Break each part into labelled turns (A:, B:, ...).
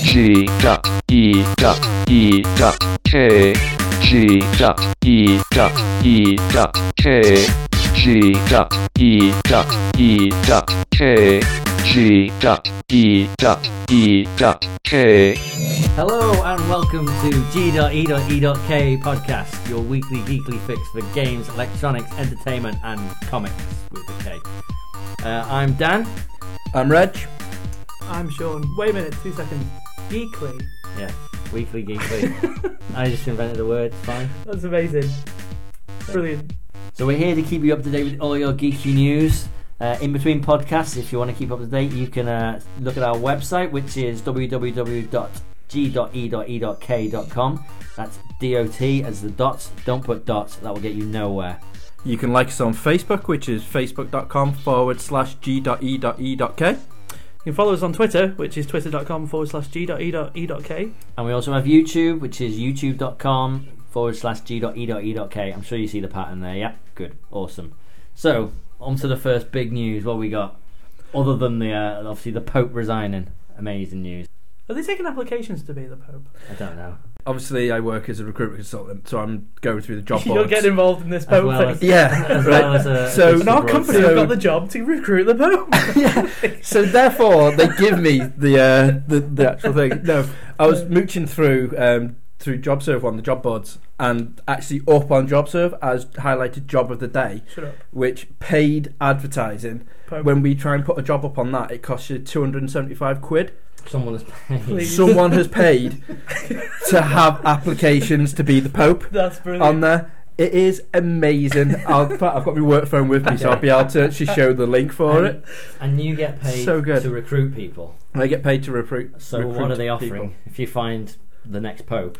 A: dot E dot E dot K G dot E dot E dot K G dot E dot E dot K G dot E dot E dot K
B: Hello and welcome to E G.E.E.K podcast, your weekly geekly fix for games, electronics, entertainment, and comics with the K. Uh, I'm Dan.
C: I'm Reg.
D: I'm Sean. Wait a minute, two seconds. Geekly.
B: Yeah, weekly geekly. I just invented a word. it's Fine.
D: That's amazing. Brilliant.
B: So we're here to keep you up to date with all your geeky news. Uh, in between podcasts, if you want to keep up to date, you can uh, look at our website, which is E www.g.e.e.k.com. That's dot as the dots. Don't put dots. That will get you nowhere.
C: You can like us on Facebook, which is facebook.com forward slash g.e.e.k.
D: You can follow us on Twitter, which is twitter.com forward slash g.e.e.k.
B: And we also have YouTube, which is youtube.com forward slash g.e.e.k. I'm sure you see the pattern there. Yeah, good, awesome. So, on to the first big news. What we got, other than the uh, obviously the Pope resigning, amazing news.
D: Are they taking applications to be the Pope?
B: I don't know.
C: Obviously, I work as a recruitment consultant, so I'm going through the job
D: You're
C: boards.
D: getting involved in this
B: As
D: Pope
B: well as,
D: thing.
C: Yeah,
B: as well
C: right.
B: as uh, a,
C: So,
B: digital
C: now
D: Our
C: Yeah.
B: broadcast.
D: company have got
C: So-
D: the job to recruit the Pope.
C: so therefore, they give me the, uh, the the actual thing. No, I was mooching through um, through JobServe on the job boards, and actually up on JobServe as highlighted job of the day,
D: Shut up.
C: which paid advertising.
D: Pope.
C: When we try and put a job up on that, it costs you 275 quid.
B: Someone has paid.
D: Please.
C: someone has paid to have applications to be the Pope
D: That's brilliant.
C: on there. It is amazing. I'll, in fact, I've got my work phone with me, so I'll be able to actually show the link for
B: and,
C: it.
B: and you get paid
C: So good.
B: to recruit people.
C: And I get paid to recruit.
B: So
C: recruit
B: what are they offering?
C: people.
B: If you find the next pope,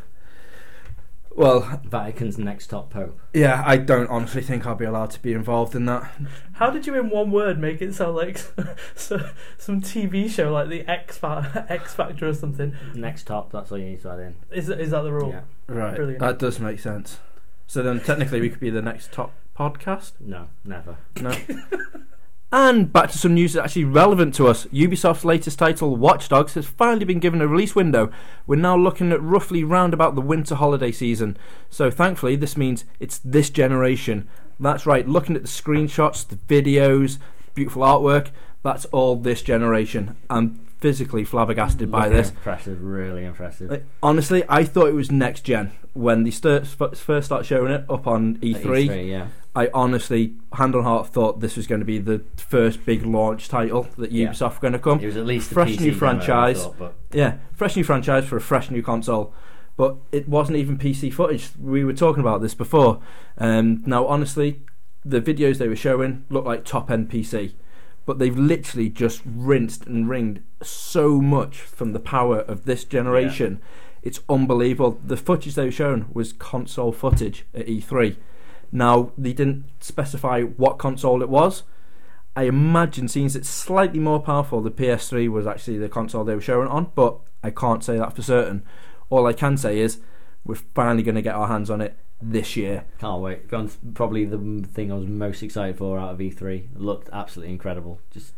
C: Well,
B: Vatican's next top pope.
C: yeah, I don't honestly think I'll be allowed to be involved in that.
D: How did you, in one word, make it sound like so, some TV show like the X, Fa- X Factor or something?
B: Next top. That's all you need to add in.
D: Is, is that the rule?
B: Yeah.
C: Right,
D: Brilliant.
C: that does make sense. So then, technically, we could be the next top podcast.
B: No, never.
C: No. and back to some news that's actually relevant to us. Ubisoft's latest title, Watch Dogs, has finally been given a release window. We're now looking at roughly round about the winter holiday season. So thankfully, this means it's this generation. That's right, looking at the screenshots, the videos, beautiful artwork, that's all this generation. I'm physically flabbergasted by
B: Looking
C: this.
B: Impressive, really impressive.
C: Like, honestly, I thought it was next gen when they st- first start showing it up on E
B: At
C: E3.
B: E yeah.
C: I honestly, hand on heart, thought this was going to be the first big launch title that
B: Yeah.
C: Ubisoft were going to come.
B: It was at least a
C: fresh
B: PC
C: new
B: demo, I
C: franchise.
B: thought, but
C: Yeah, fresh new franchise for a fresh new console. But it wasn't even PC footage. We were talking about this before. Um, now, honestly, the videos they were showing looked like top end PC. But they've literally just rinsed and ringed so much from the power of this generation. It's unbelievable. The footage they were showing was console footage at E3. Now, they didn't specify what console it was. I imagine, since it's slightly more powerful, the PS3 was actually the console they were showing it on, but I can't say that for certain. All I can say is we're finally going to get our hands on it this year.
B: Can't wait. Gone probably the m- thing I was most excited for out of E3. It looked absolutely incredible. Just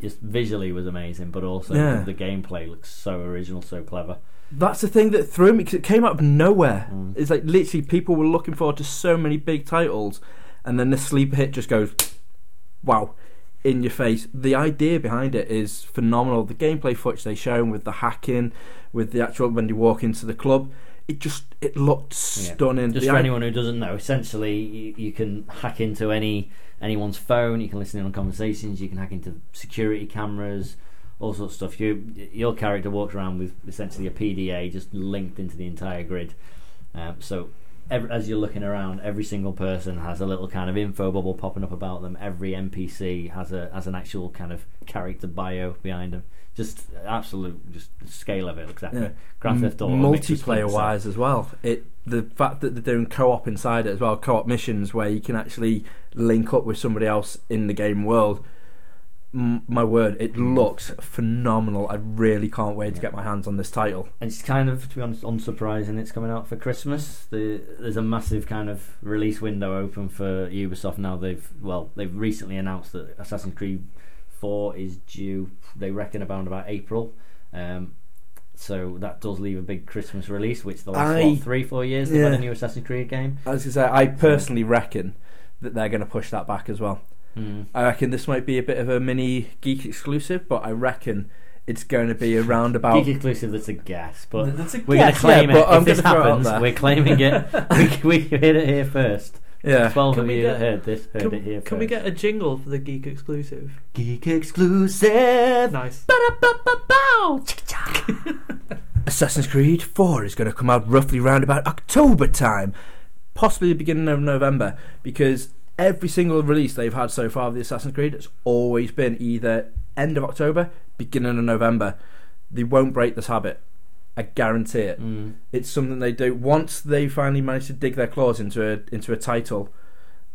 B: just visually was amazing, but also
C: Yeah.
B: the gameplay looks so original, so clever.
C: That's the thing that threw me because it came out of nowhere.
B: Mm.
C: It's like literally people were looking forward to so many big titles, and then the sleeper hit just goes, wow, in your face. The idea behind it is phenomenal. The gameplay footage they shown with the hacking, with the actual when you walk into the club, it just it looked
B: Yeah.
C: stunning.
B: Just
C: The
B: for
C: i-
B: anyone who doesn't know, essentially you, you can hack into any anyone's phone. You can listen in on conversations. You can hack into security cameras, all sorts of stuff. You, your character walks around with essentially a PDA just linked into the entire grid. Um, so ev as you're looking around, every single person has a little kind of info bubble popping up about them. Every NPC has a has an actual kind of character bio behind them. Just absolute, just the scale of it looks epic.
C: Yeah. Mm,
B: Grand Theft Auto, mixed with Splinter
C: multiplayer
B: Cell.
C: wise as well. It the fact that they're doing co-op inside it as well, co-op missions where you can actually link up with somebody else in the game world. M- my word, it looks phenomenal. I really can't wait to
B: Yeah.
C: get my hands on this title.
B: And it's kind of, to be honest, unsurprising it's coming out for Christmas. The, there's a massive kind of release window open for Ubisoft now. They've well, they've recently announced that Assassin's Creed Four is due. They reckon around about April. Um, So that does leave a big Christmas release, which the
C: I-
B: last what, three, four years they've had
C: Yeah.
B: a new Assassin's Creed game.
C: As I say, I personally reckon that they're going to push that back as well.
B: Mm.
C: I reckon this might be a bit of a mini geek exclusive, but I reckon it's going to be around about.
B: Geek exclusive, that's a guess, but
D: That's a
B: we're
C: Yeah,
B: going to claim
C: yeah,
B: it.
C: but
B: If
C: I'm
B: this
C: gonna throw it out
B: happens,
C: there.
B: we're claiming it. we, we heard it here first.
C: Yeah,
B: Twelve
D: Can
B: of
D: we
B: you that
D: get-
B: heard this heard
D: can,
B: it here
D: can
B: first.
D: we get a jingle for the geek exclusive?
B: geek exclusive?
D: Nice.
C: Assassin's Creed Four is going to come out roughly round about October time, possibly the beginning of November, because every single release they've had so far of the Assassin's Creed has always been either end of October, beginning of November. They won't break this habit. I guarantee it.
B: Mm.
C: it's something they do once they finally manage to dig their claws into a into a title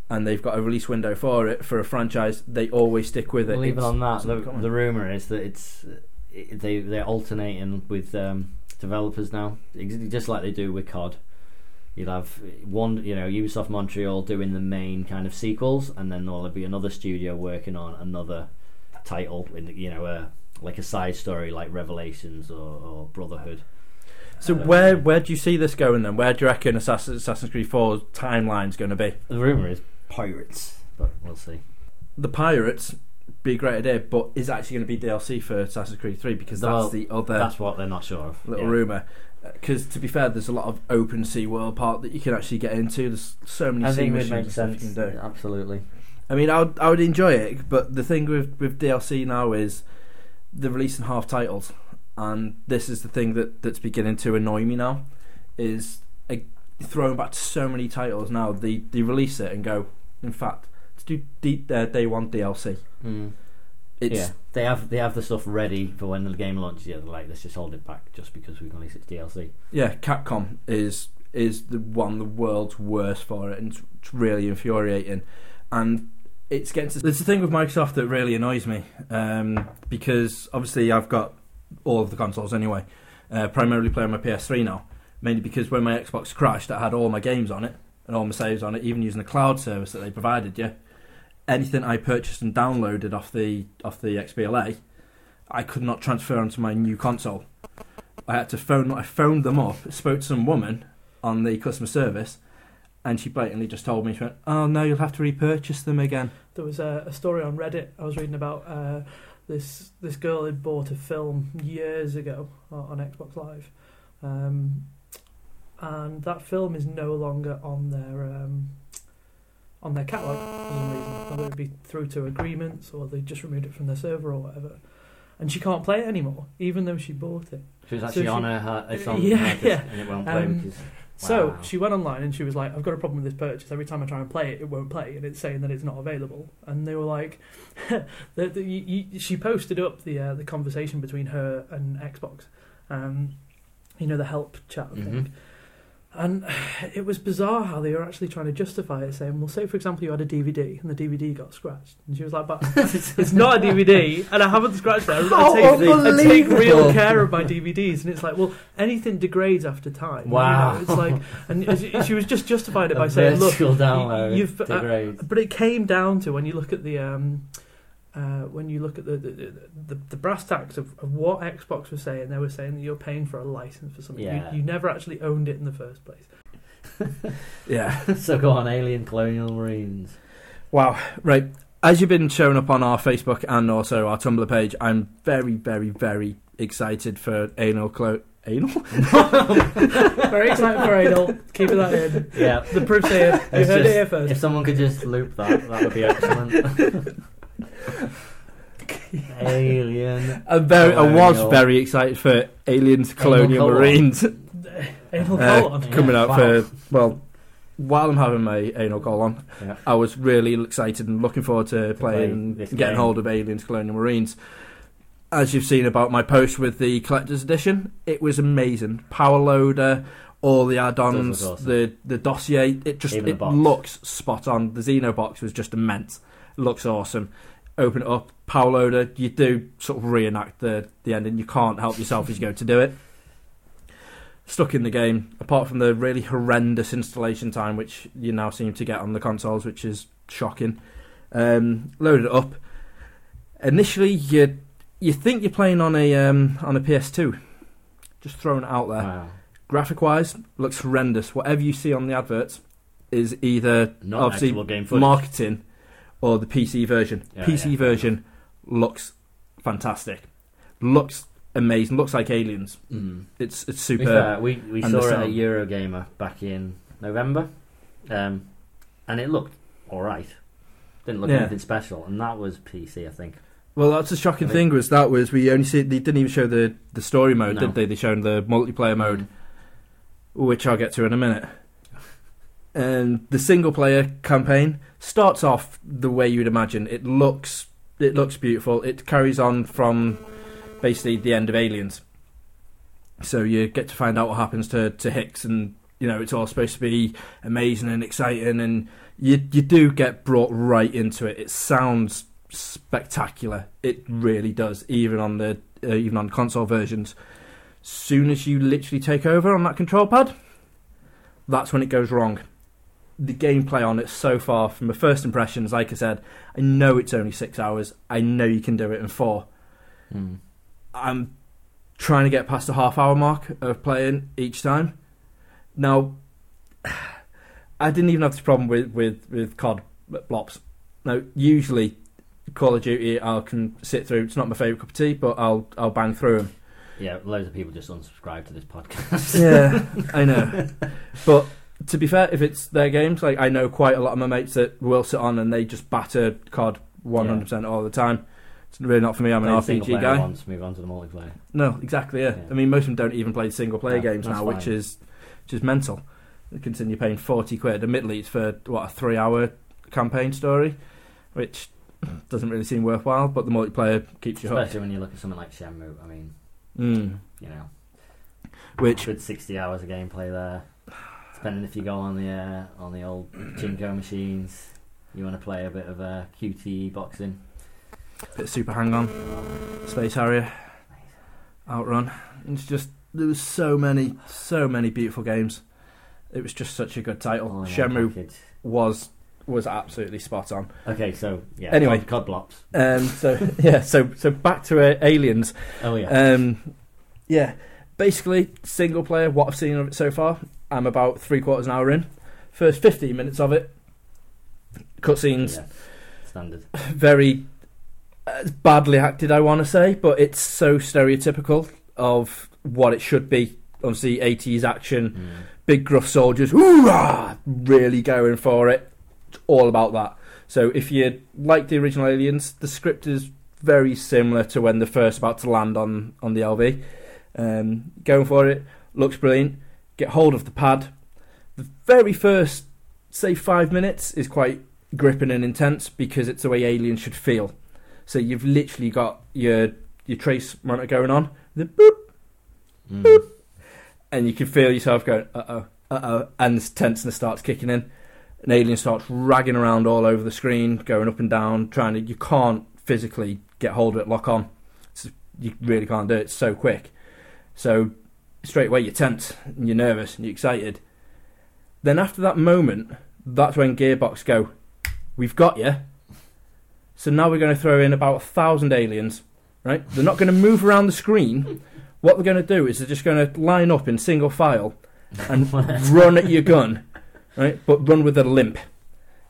C: and they've got a release window for it for a franchise they always stick with it
B: Well, even
C: It's-
B: on that,
C: it's
B: the,
C: not common.
B: the rumor is that it's it- they they're alternating with um, developers now, Ex- just like they do with COD. You'll have one, you know, Ubisoft Montreal doing the main kind of sequels, and then there'll be another studio working on another title, in the- you know, uh, like a side story like Revelations or, or Brotherhood.
C: so
B: Uh,
C: where where do you see this going then where do you reckon Assassin, Assassin's Creed 4's timeline's going to be
B: The rumor is pirates, but we'll see.
C: the pirates be a great idea but is it actually going to be DLC for Assassin's Creed 3 because that's
B: Well,
C: the other
B: That's what they're not sure of.
C: little
B: yeah.
C: rumor because to be fair there's a lot of open sea world part that you can actually get into there's so many
B: I
C: sea
B: think it would
C: missions
B: make
C: and stuff you
B: sense.
C: can do.
B: Absolutely.
C: I mean, I would, I would enjoy it, but the thing with with DLC now is they're releasing half titles, and this is the thing that that's beginning to annoy me now, is uh, throwing back so many titles now. They they release it and go, in fact, let's do D, uh, day one DLC.
B: Mm.
C: It's
B: yeah, they have they have the stuff ready for when the game launches. Yeah, they're like let's just hold it back just because we've released its DLC.
C: yeah, Capcom is is the one the world's worst for it, and it's, it's really infuriating. And it's getting to, there's a thing with Microsoft that really annoys me um, because obviously I've got all of the consoles anyway, uh, primarily playing my PS3 now, mainly because when my Xbox crashed, I had all my games on it and all my saves on it, even using the cloud service that they provided. Yeah, anything I purchased and downloaded off the off the XBLA, I could not transfer onto my new console. I had to phone. I phoned them up, spoke to some woman on the customer service, and she blatantly just told me, she went, "Oh no, you'll have to repurchase them again."
D: There was a, a story on Reddit I was reading about uh, this this girl had bought a film years ago o- on Xbox Live, um, and that film is no longer on their um, on their catalog for some reason. Whether it be through to agreements or they just removed it from their server or whatever, and she can't play it anymore, even though she bought it.
B: So it's
D: So
B: actually
D: she-
B: on a her, it's on
D: Yeah,
B: her disc
D: yeah.
B: and it won't play
D: Um,
B: because
D: So
B: Wow.
D: she went online and she was like, I've got a problem with this purchase. Every time I try and play it, it won't play, and it's saying that it's not available. And they were like, the, the, you, you, she posted up the uh, the conversation between her and Xbox, um, you know, the help chat thing.
B: Mhm.
D: And it was bizarre how they were actually trying to justify it, saying, "Well, say for example you had a DVD and the DVD got scratched," and she was like, "But it's not a DVD, and I haven't scratched it. I,
C: How
D: I, take, I take real
C: unbelievable.
D: care of my DVDs." And it's like, "Well, anything degrades after time." you know,
B: Wow.
D: it's like, and she- she was just justified it by
B: a
D: saying, "Look,
B: vertical download
D: you've- uh,
B: degrades.
D: but it came down to when you look at the um, uh, when you look at the the, the, the brass tacks of, of what Xbox was saying, they were saying that you're paying for a license for something
B: Yeah.
D: you, you never actually owned it in the first place.
C: Yeah.
B: so go on, Alien Colonial Marines.
C: Wow. Right. As you've been showing up on our Facebook and also our Tumblr page, I'm very, very, very excited for anal clo anal.
D: Very excited for Adol. Keeping that in.
B: Yeah.
D: The proof's here. You heard
B: It's
D: it
B: just-
D: here first.
B: If someone could just loop that, that would be excellent. Alien.
C: I'm very, I was
B: Colonial.
C: very excited for Aliens Colonial
B: colon.
C: Marines
D: Anal
C: uh,
D: colon.
C: coming
B: Yeah,
C: out
B: wow.
C: for well. While I'm having my anal colon,
B: Yeah.
C: I was really excited and looking forward to
B: play
C: playing,
B: this
C: getting
B: game.
C: hold of Aliens Colonial Marines. As you've seen about my post with the collector's edition, it was amazing. Power loader, all the add-ons,
B: Does look awesome.
C: the the dossier. It just
B: Even the
C: it
B: box.
C: looks spot on. The Xeno box was just immense. Looks awesome. Open it up, power loader. You do sort of reenact the the ending. You can't help yourself as you go to do it. Stuck in the game, apart from the really horrendous installation time, which you now seem to get on the consoles, which is shocking um, load it up. Initially, you you think you're playing on a um, on a PS2, Just throwing it out there.
B: Wow.
C: Graphic wise, looks horrendous. Whatever you see on the adverts is either
B: Not
C: Obviously,
B: actual game footage.
C: marketing or the PC version.
B: Yeah,
C: PC
B: yeah.
C: version looks fantastic. Looks amazing. Looks like aliens.
B: Mm.
C: It's it's
B: To be
C: super.
B: fair, we we
C: And
B: saw
C: the
B: it at
C: sound.
B: Eurogamer back in November, um, and it looked all right. Didn't look
C: Yeah.
B: anything special, and that was PC, I think.
C: Well, that's the shocking
B: I
C: thing
B: think-
C: was that was we only see they didn't even show the the story mode,
B: No.
C: did they? They showed the multiplayer mode, which I'll get to in a minute. And the single player campaign starts off the way you'd imagine. It looks it looks beautiful. It carries on from basically the end of Aliens. So you get to find out what happens to, to Hicks, and you know it's all supposed to be amazing and exciting, and you you do get brought right into it. It sounds spectacular. It really does, even on the uh, even on console versions. Soon as you literally take over on that control pad, that's when it goes wrong. The gameplay on it so far, from my first impressions, like I said, I know it's only six hours. I know you can do it in four.
B: Mm.
C: I'm trying to get past the half hour mark of playing each time. Now, I didn't even have this problem with with with COD blops. Now, usually Call of Duty, I can sit through. It's not my favorite cup of tea, but I'll I'll bang through them.
B: Yeah, loads of people just unsubscribe to this podcast.
C: Yeah, I know. But to be fair, if it's their games, like I know quite a lot of my mates that will sit on and they just batter COD 100% all the time. It's really not for me. I'm an
B: Play the
C: RPG
B: single-player
C: guy.
B: ones, move on to the multiplayer.
C: No, exactly. Yeah.
B: Yeah.
C: I mean, most of them don't even play single player
B: No,
C: games
B: that's
C: now, which
B: fine.
C: is which is mental. They continue paying forty quid. Admittedly, it's for what a three hour campaign story, which doesn't really seem worthwhile. But the multiplayer keeps you hooked.
B: Especially when you look at something like Shenmue. I mean,
C: Mm.
B: you know,
C: Which
B: good sixty hours of gameplay there. Depending if you go on the uh, on the old Chinko machines, you want to play a bit of uh, QTE boxing.
C: bit of super hang on, Space Harrier, Outrun. It's just there was so many, so many beautiful games. It was just such a good title.
B: All in one
C: Shenmue
B: package.
C: was was absolutely spot on.
B: Okay, so yeah.
C: Anyway.
B: cod, cod blops.
C: Um, so yeah, so so back to uh, Aliens.
B: Oh yeah.
C: Um, yeah, basically single player. What I've seen of it so far, I'm about three quarters an hour in. First 15 minutes of it, cutscenes,
B: Yeah. Standard.
C: very uh, badly acted, I want to say, but it's so stereotypical of what it should be. Obviously, 80s action,
B: Mm.
C: big gruff soldiers, hoorah, really going for it. It's all about that. So if you like the original Aliens, the script is very similar to when they're first about to land on on the LV. Um, going for it looks brilliant. Get hold of the pad. The very first, say five minutes, is quite gripping and intense because it's the way aliens should feel. So you've literally got your your trace monitor going on, the boop,
B: Mm.
C: and you can feel yourself going, uh oh, uh oh, and this tenseness starts kicking in. An alien starts ragging around all over the screen, going up and down, trying to. You can't physically get hold of it, lock on. It's, you really can't do it. It's so quick. So straight away you're tense, and you're nervous, and you're excited. Then after that moment, that's when Gearbox go, "We've got you." So now we're going to throw in about a thousand aliens. Right? They're not going to move around the screen. What they're going to do is they're just going to line up in single file and run at your gun, right? But run with a limp.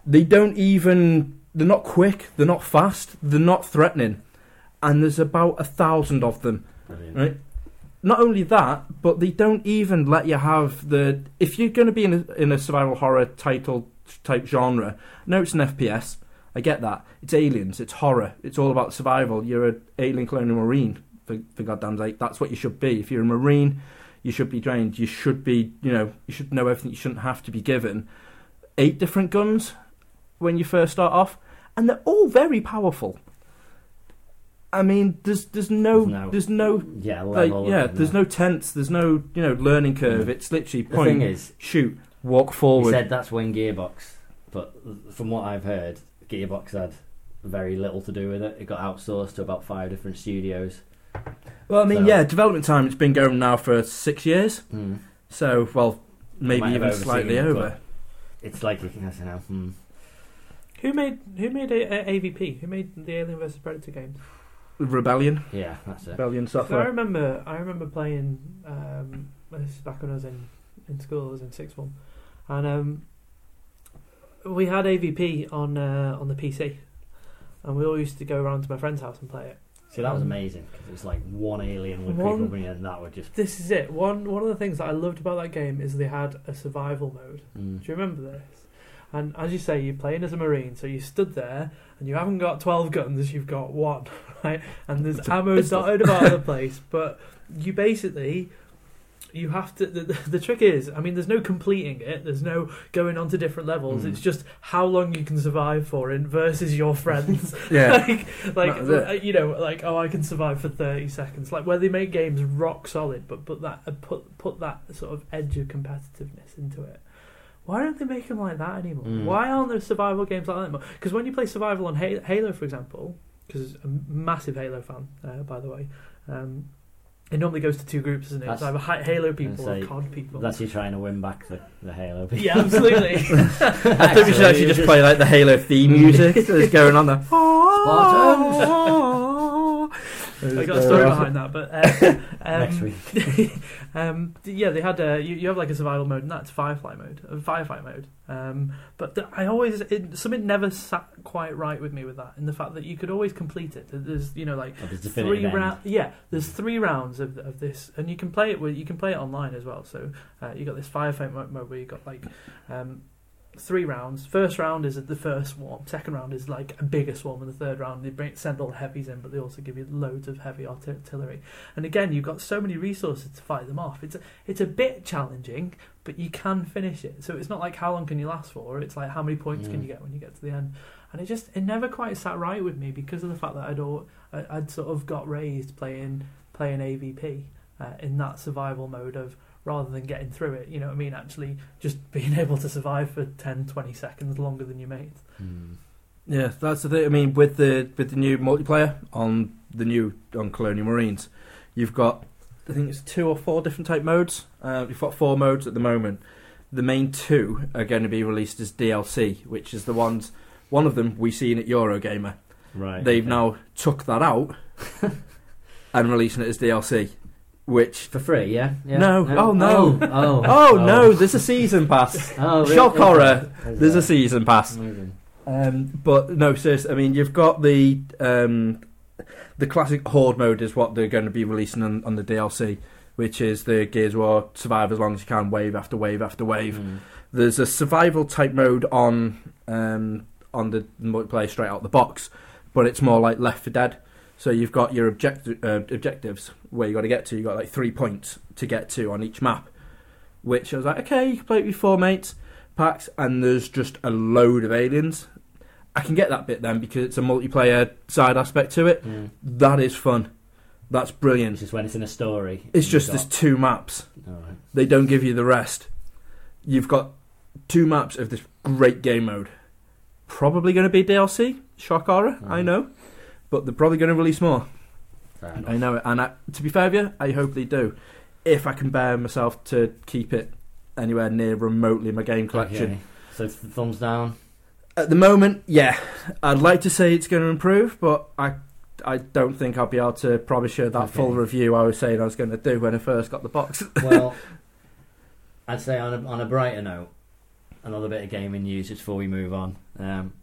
C: They don't even. They're not quick. They're not fast. They're not threatening. And there's about a thousand of them.
B: Brilliant.
C: Right. Not only that, but they don't even let you have the. If you're going to be in a, in a survival horror title type genre, no, it's an FPS. I get that. It's aliens. It's horror. It's all about survival. You're an alien colonial marine. For, for goddamn sake, that's what you should be. If you're a marine, you should be trained. You should be, you know, you should know everything. You shouldn't have to be given eight different guns when you first start off, and they're all very powerful. I mean, there's there's no
B: There's no-
C: there's no
B: Yeah.
C: like
B: Level
C: yeah, there's no tense, there's no you know learning curve.
B: Mm.
C: It's literally
B: The thing
C: point,
B: is,
C: shoot, walk
B: he
C: forward.
B: said that's when Gearbox, but from what I've heard, Gearbox had very little to do with it. It got outsourced to about five different studios.
C: well, I mean,
B: so-
C: yeah, development time. It's been going now for six years,
B: Mm.
C: so well, maybe
B: Might have
C: even
B: overseen
C: slightly
B: it,
C: over.
B: It's like you can I don't know. Hmm.
D: Who made who made a, a, AVP? Who made the Alien vs Predator games?
C: Rebellion.
B: Yeah, that's it.
C: Rebellion
D: I
C: software.
D: remember, I remember playing. Um, this is back when I was in, in school, I was in sixth form, and um, we had AVP on uh, on the PC, and we all used to go around to my friend's house and play it.
B: See, that was amazing because it was like one alien would
D: um, One-
B: people bring in, and that would just.
D: This is it. One one of the things that I loved about that game is they had a survival mode.
B: Mm.
D: Do you remember this? And as you say, you're playing as a marine, so you stood there and you haven't got twelve guns, you've got one, right? And there's ammo dotted about the place, but you basically you have to. The, the, the trick is, I mean, there's no completing it. There's no going on to different levels.
C: Mm.
D: It's just how long you can survive for in versus your friends.
C: Yeah.
D: like, like
C: That was
D: uh, you know, like oh, I can survive for thirty seconds. Like where they make games rock solid, but put that uh, put put that sort of edge of competitiveness into it. Why don't they make them like that anymore?
C: Hmm.
B: Mm.
D: Why aren't there survival games like that anymore? Because when you play survival on Ha- Halo, for example, because a massive Halo fan, uh, by the way, um, it normally goes to two groups, isn't it? It's
B: That's-
D: either Ha- Halo people
B: say,
D: or COD people.
B: That's you trying to win back the, the Halo. people.
D: yeah, absolutely.
C: I think we should actually just play like the Halo theme music that is going on there.
D: I got a story behind that, but uh, um,
B: Next week.
D: um, d- yeah, they had a you, you have like a survival mode, and that's firefight mode, uh, firefight mode. Um, but th- I always it, something never sat quite right with me with that, in the fact that you could always complete it. That There's you know like
B: Of his definitive
D: three
B: end.
D: round, yeah, there's three rounds of, of this, and you can play it with you can play it online as well. So uh, you got this firefight mo- mode where you got like. Um, Three rounds. First round is the first swarm. Second round is like a bigger swarm, and the third round they bring, send all the heavies in, but they also give you loads of heavy artillery. And again, you've got so many resources to fight them off. It's a, it's a bit challenging, but you can finish it. So it's not like how long can you last for. It's like how many points
B: Yeah.
D: can you get when you get to the end. And it just it never quite sat right with me because of the fact that I'd all, I, I'd sort of got raised playing playing AVP uh, in that survival mode of rather than getting through it. You know what I mean? Actually, just being able to survive for 10, 20 seconds longer than your mate.
B: Mm.
C: Yeah, that's the thing. I mean, with the with the new multiplayer on the new on Colonial Marines, you've got I think it's two or four different type modes. Uh, you've got four modes at the moment. The main two are going to be released as DLC, which is the ones. One of them we seen at Eurogamer.
B: Right.
C: They've
B: okay.
C: now took that out and releasing it as DLC, which
B: For free, yeah? yeah.
C: No. Oh, no.
B: Oh,
C: Oh, no, there's a season pass.
B: Oh, really?
C: Shock horror.
B: Is
C: There's
B: there?
C: a season pass.
B: Amazing.
C: Um, but no, seriously, I mean, you've got the um, the classic horde mode is what they're going to be releasing on, on the DLC, which is the Gears of War survive as long as you can, wave after wave after wave.
B: Mm.
C: There's a survival type mode on um, on the multiplayer straight out the box, but it's more like Left for Dead. So you've got your objecti- uh, objectives where you got to get to. You got like three points to get to on each map, which I was like, okay, you can play it with four mates packs, and there's just a load of aliens. I can get that bit then because it's a multiplayer side aspect to it.
B: Mm.
C: That is fun. That's
B: It's
C: brilliant.
B: just when it's in a story.
C: It's
B: you've
C: just there's
B: got-
C: two maps.
B: All right.
C: They don't give you the rest. You've got two maps of this great game mode. Probably going to be DLC. Shock horror, I
B: Mhm.
C: know. But they're probably going to release more.
B: Fair
C: I
B: enough.
C: know it. And I, to be fair with you, I hope they do. If I can bear myself to keep it anywhere near remotely my game collection.
B: Okay. So th- thumbs down.
C: At the moment, yeah. I'd like to say it's going to improve, but I I don't think I'll be able to promise you that
B: Okay.
C: full review I was saying I was going to do when I first got the box.
B: Well, I'd say on a, on a brighter note, another bit of gaming news just before we move on. Um,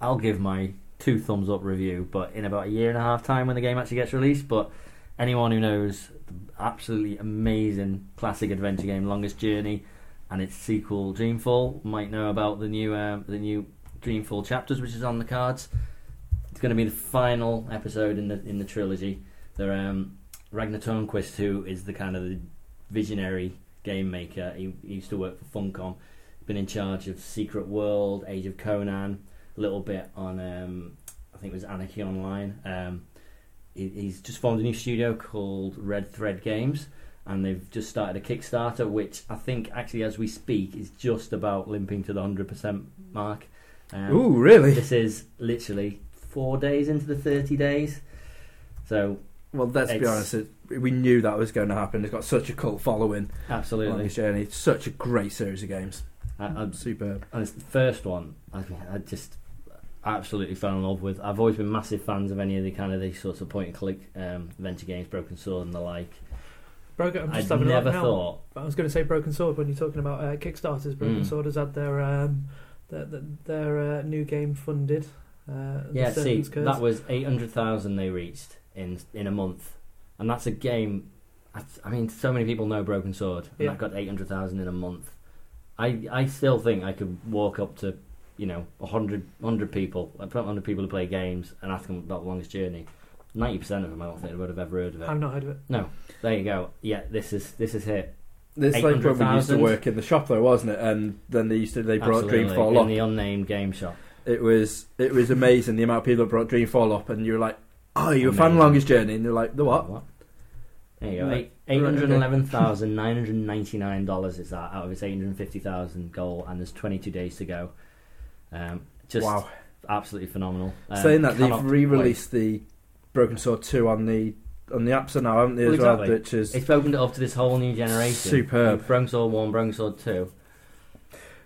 B: I'll give my two thumbs up review, but in about a year and a half time when the game actually gets released. But anyone who knows the absolutely amazing classic adventure game, Longest Journey, and its sequel Dreamfall, might know about the new um, the new Dreamfall chapters, which is on the cards. It's going to be the final episode in the in the trilogy. There, um, Ragnar Tornquist, who is the kind of the visionary game maker. He, he used to work for Funcom. Been in charge of Secret World, Age of Conan, a little bit on um, I think it was Anarchy Online. Um, he, he's just formed a new studio called Red Thread Games, and they've just started a Kickstarter, which I think actually, as we speak, is just about limping to the hundred percent mark. Um,
C: Ooh, really?
B: This is literally four days into the thirty days, so
C: Well, let's be
B: It's-
C: honest. It, we knew that was going to happen. It's got such a cult following.
B: absolutely.
C: Longest Journey. It's such a great series of games.
B: I, I,
C: Superb.
B: And it's the first one, I, I just absolutely fell in love with. I've always been massive fans of any of the kind of these sorts of point and click um, adventure games, Broken Sword and the like.
D: Broken, I'm just
B: I'd
D: having
B: never
D: a look now.
B: thought.
D: I was going to say Broken Sword when you're talking about uh, Kickstarters. Broken
B: Mm.
D: Sword has had their um, their, their, their uh, new game funded. Uh,
B: Yeah,
D: The
B: see,
D: Serpent's Curse.
B: that was eight hundred thousand they reached in in a month, and that's a game. I, I mean, so many people know Broken Sword, and
D: Yeah.
B: I've got eight hundred thousand in a month. I I still think I could walk up to you know 100, 100 people, I put hundred people to play games, and ask them about the longest journey. Ninety percent of them, I don't think they would have ever heard of it.
D: I've not heard of it.
B: There you go. Yeah, this is this is it.
C: It's like when we used to
B: 800,000.
C: work in the shop, though, wasn't it? And then they used to they brought
B: Absolutely.
C: Dreamfall up.
B: in the unnamed game shop.
C: It was it was amazing the amount of people that brought Dreamfall up, and you were like, "Oh, you're a fan of
B: Amazing.
C: Longest Journey," and they're like, "The what?"
B: There you go.
C: Right.
B: Eight hundred eleven thousand nine hundred ninety nine dollars is that out of its eight hundred fifty thousand goal, and there's twenty two days to go. Um, just
C: wow!
B: absolutely phenomenal. Um,
C: Saying that
B: cannot
C: they've
B: wait.
C: re-released the Broken Sword two on the on the app store now, haven't they?
B: Well,
C: as well,
B: exactly.
C: which is
B: It's opened it up to this whole new generation.
C: Superb.
B: Broken Sword one, Broken Sword two.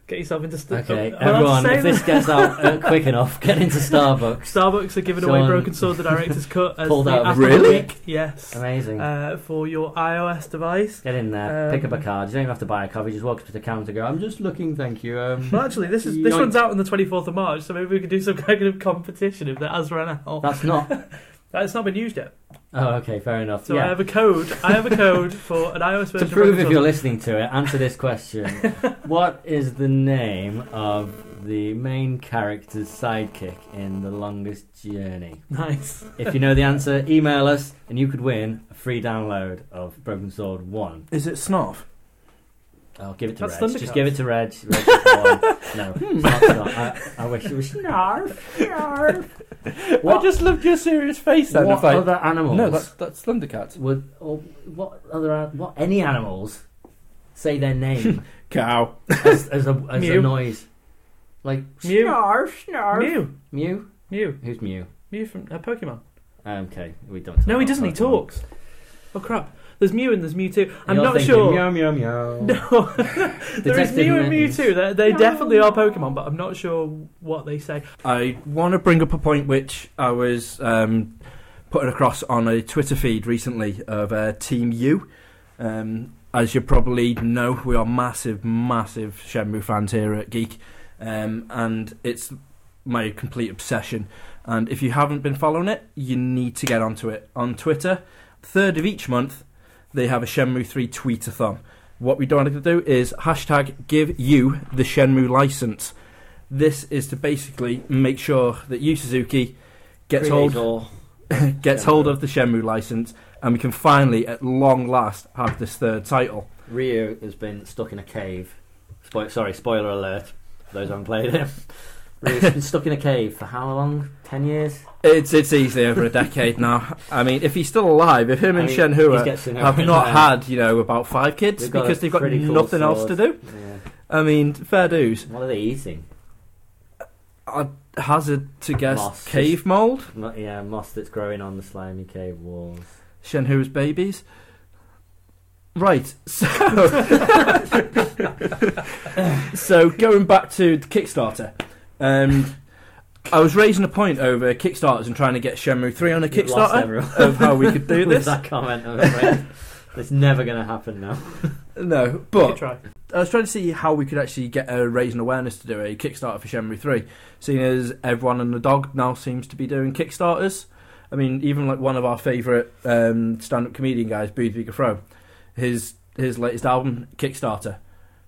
D: Get yourself into Starbucks.
B: Okay, everyone, if this gets out uh, quick enough, get into Starbucks.
D: Starbucks are giving away
B: Someone-
D: Broken Sword the director's cut as
B: Pulled
D: the
B: out of-
D: app of the
C: Really?
D: week. Yes.
B: Amazing.
D: Uh, for your iOS device.
B: Get in there, pick up a
D: Um,
B: card. You don't even have to buy a coffee. Just walk up to the counter, and go. I'm just looking, thank you. Um,
D: Well, actually, this is this
B: Yoink.
D: one's out on the 24th of March, so maybe we could do some kind of competition if that has run out.
B: that's not.
D: That's not been used yet.
B: Oh, okay, fair enough.
D: So
B: yeah.
D: I have a code. I have a code for an iOS
B: to
D: version.
B: prove
D: of
B: if
D: Microsoft.
B: you're listening to it, answer this question. what is the name of the main character's sidekick in The Longest Journey?
D: nice.
B: If you know the answer, email us and you could win a free download of Broken Sword 1.
C: is it Snarf?
B: I'll give it to
D: That's
B: Reg. Just
D: Thundercats.
B: give it to Reg. Reg one. No, it's not, it's not. I, I wish it was. Snarf, snarf. What,
C: I just loved your serious face then.
B: what
C: if I-
B: other animals?
C: no, that's, that's Thundercat.
B: would or what other an- what any animals say their name
C: Cow.
B: as, as a as a
D: Mew.
B: noise like
D: Mew.
B: snarf snarf
D: Mew.
B: Mew
D: Mew.
B: who's Mew
D: Mew from uh, Pokemon.
B: Um, okay we don't talk
D: No, he
B: about
D: doesn't. He
B: Pokemon.
D: talks. Oh crap! There's Mew and there's Mewtwo. I'm
B: You're
D: not
B: thinking,
D: sure.
B: meow meow meow
D: No, there is
B: Detective
D: Mew and
B: Mittens.
D: Mewtwo. They, they
B: No.
D: definitely are Pokemon, but I'm not sure what they say.
C: I want to bring up a point which I was um, putting across on a Twitter feed recently of uh, Team U. Um, as you probably know, we are massive, massive Shenmue fans here at Geek, um, and it's my complete obsession. And if you haven't been following it, you need to get onto it on Twitter. Third of each month, they have a Shenmue three tweetathon. What we don't want to do is hashtag give you the Shenmue license. This is to basically make sure that Yu Suzuki gets
B: Three
C: hold
B: days or-
C: gets hold of the Shenmue license, and we can finally, at long last, have this third title.
B: Ryu has been stuck in a cave Spoil sorry spoiler alert for those who haven't played it Ryu's been stuck in a cave for how long 10 years
C: It's it's easily over a decade now. I mean, if he's still alive, if him
B: I mean,
C: and
B: he's
C: Shenhua
B: getting
C: have
B: over it
C: not
B: now.
C: had you know about five kids
B: They've got
C: because
B: a
C: they've got
B: pretty cool
C: nothing else to
B: sword.
C: do.
B: yeah.
C: I mean, fair dues.
B: what are they eating
C: I hazard to guess
B: Moss.
C: cave mold,
B: Mo- yeah moss that's growing on the slimy cave walls
C: Shenhua's babies. Right, so so going back to the Kickstarter, um, I was raising a point over Kickstarters and trying to get Shenmue three on a
B: You've lost
C: Kickstarter
B: everyone.
C: of how we could do
B: With
C: this.
B: that comment, I'm afraid. it's never going to happen now.
C: No,
D: We could
C: but
D: try.
C: I was trying to see how we could actually get a raise an awareness to do a Kickstarter for Shenmue three, seeing as everyone and the dog now seems to be doing Kickstarters. I mean, even like one of our favourite um, stand-up comedian guys, Boothby Gaffro, his his latest album Kickstarter,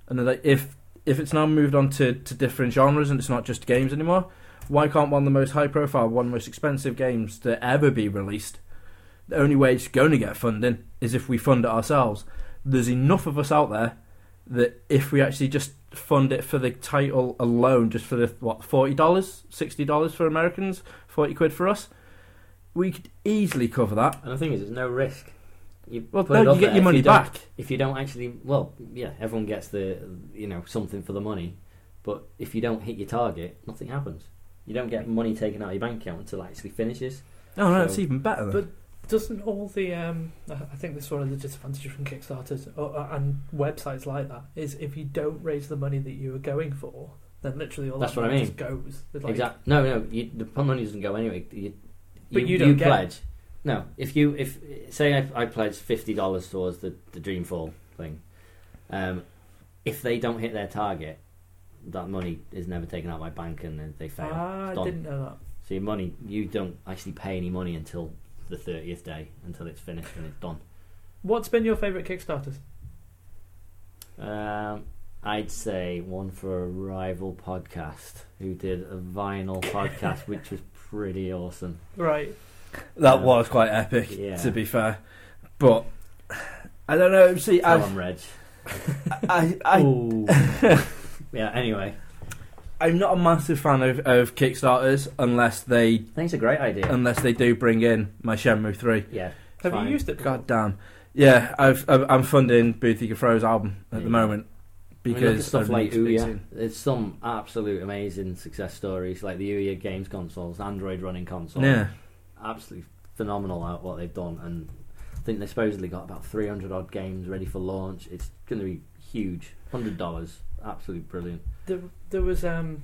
C: and they're like, if if it's now moved on to, to different genres and it's not just games anymore, why can't one of the most high-profile, one of the most expensive games to ever be released? The only way it's going to get funding is if we fund it ourselves. There's enough of us out there that if we actually just fund it for the title alone, just for the what forty dollars, sixty dollars for Americans, forty quid for us, we could easily cover that.
B: And the thing is, there's no risk. You
C: Well,
B: put it
C: no,
B: up
C: you get
B: there.
C: your
B: If
C: money
B: you don't-
C: back.
B: If you don't actually, well, yeah, everyone gets the, you know, something for the money. But if you don't hit your target, nothing happens. You don't get money taken out of your bank account until it actually finishes.
C: No, no,
B: So-
C: it's even better. Then.
D: But doesn't all the um, I I think this is one of the disadvantages from uh, Kickstarters or, and websites like that is if you don't raise the money that you were going for, then literally all
B: That's
D: that
B: what I
D: money
B: mean.
D: just goes. It's Like,
B: Exactly. No, no. You, the money doesn't go anyway. You,
D: But you don't get it.
B: pledge. No, if you if say I, I pledge fifty dollars towards the the Dreamfall thing, um, if they don't hit their target, that money is never taken out by bank and then they fail.
D: Ah,
B: It's
D: I
B: done.
D: didn't know that.
B: So your money, you don't actually pay any money until the thirtieth day, until it's finished and it's done.
D: What's been your favourite Kickstarters?
B: Um, I'd say one for a rival podcast who did a vinyl podcast, which was pretty awesome.
D: Right.
C: That
B: Yeah.
C: was quite epic,
B: Yeah.
C: to be fair. But I don't know. See,
B: Tell
C: I,
B: 'em, Reg.
C: I, I,
B: Ooh. yeah. Anyway,
C: I'm not a massive fan of, of Kickstarters unless they
B: I think it's a great idea.
D: Um,
C: unless they do bring in my Shenmue three.
B: yeah.
D: Have
B: Fine.
D: you used it? before?
C: God damn. Yeah, I've, I've I'm funding Boothie Gafro's album at
B: Yeah.
C: the moment
B: I mean,
C: because
B: look at stuff
C: I
B: like
C: need to be
B: Ouya.
C: soon.
B: There's some absolute amazing success stories, like the Ouya games consoles, Android running consoles.
C: Yeah,
B: absolutely phenomenal at what they've done, and I think they supposedly got about 300 odd games ready for launch. It's going to be huge. Hundred dollars, absolutely brilliant.
D: There, there was um,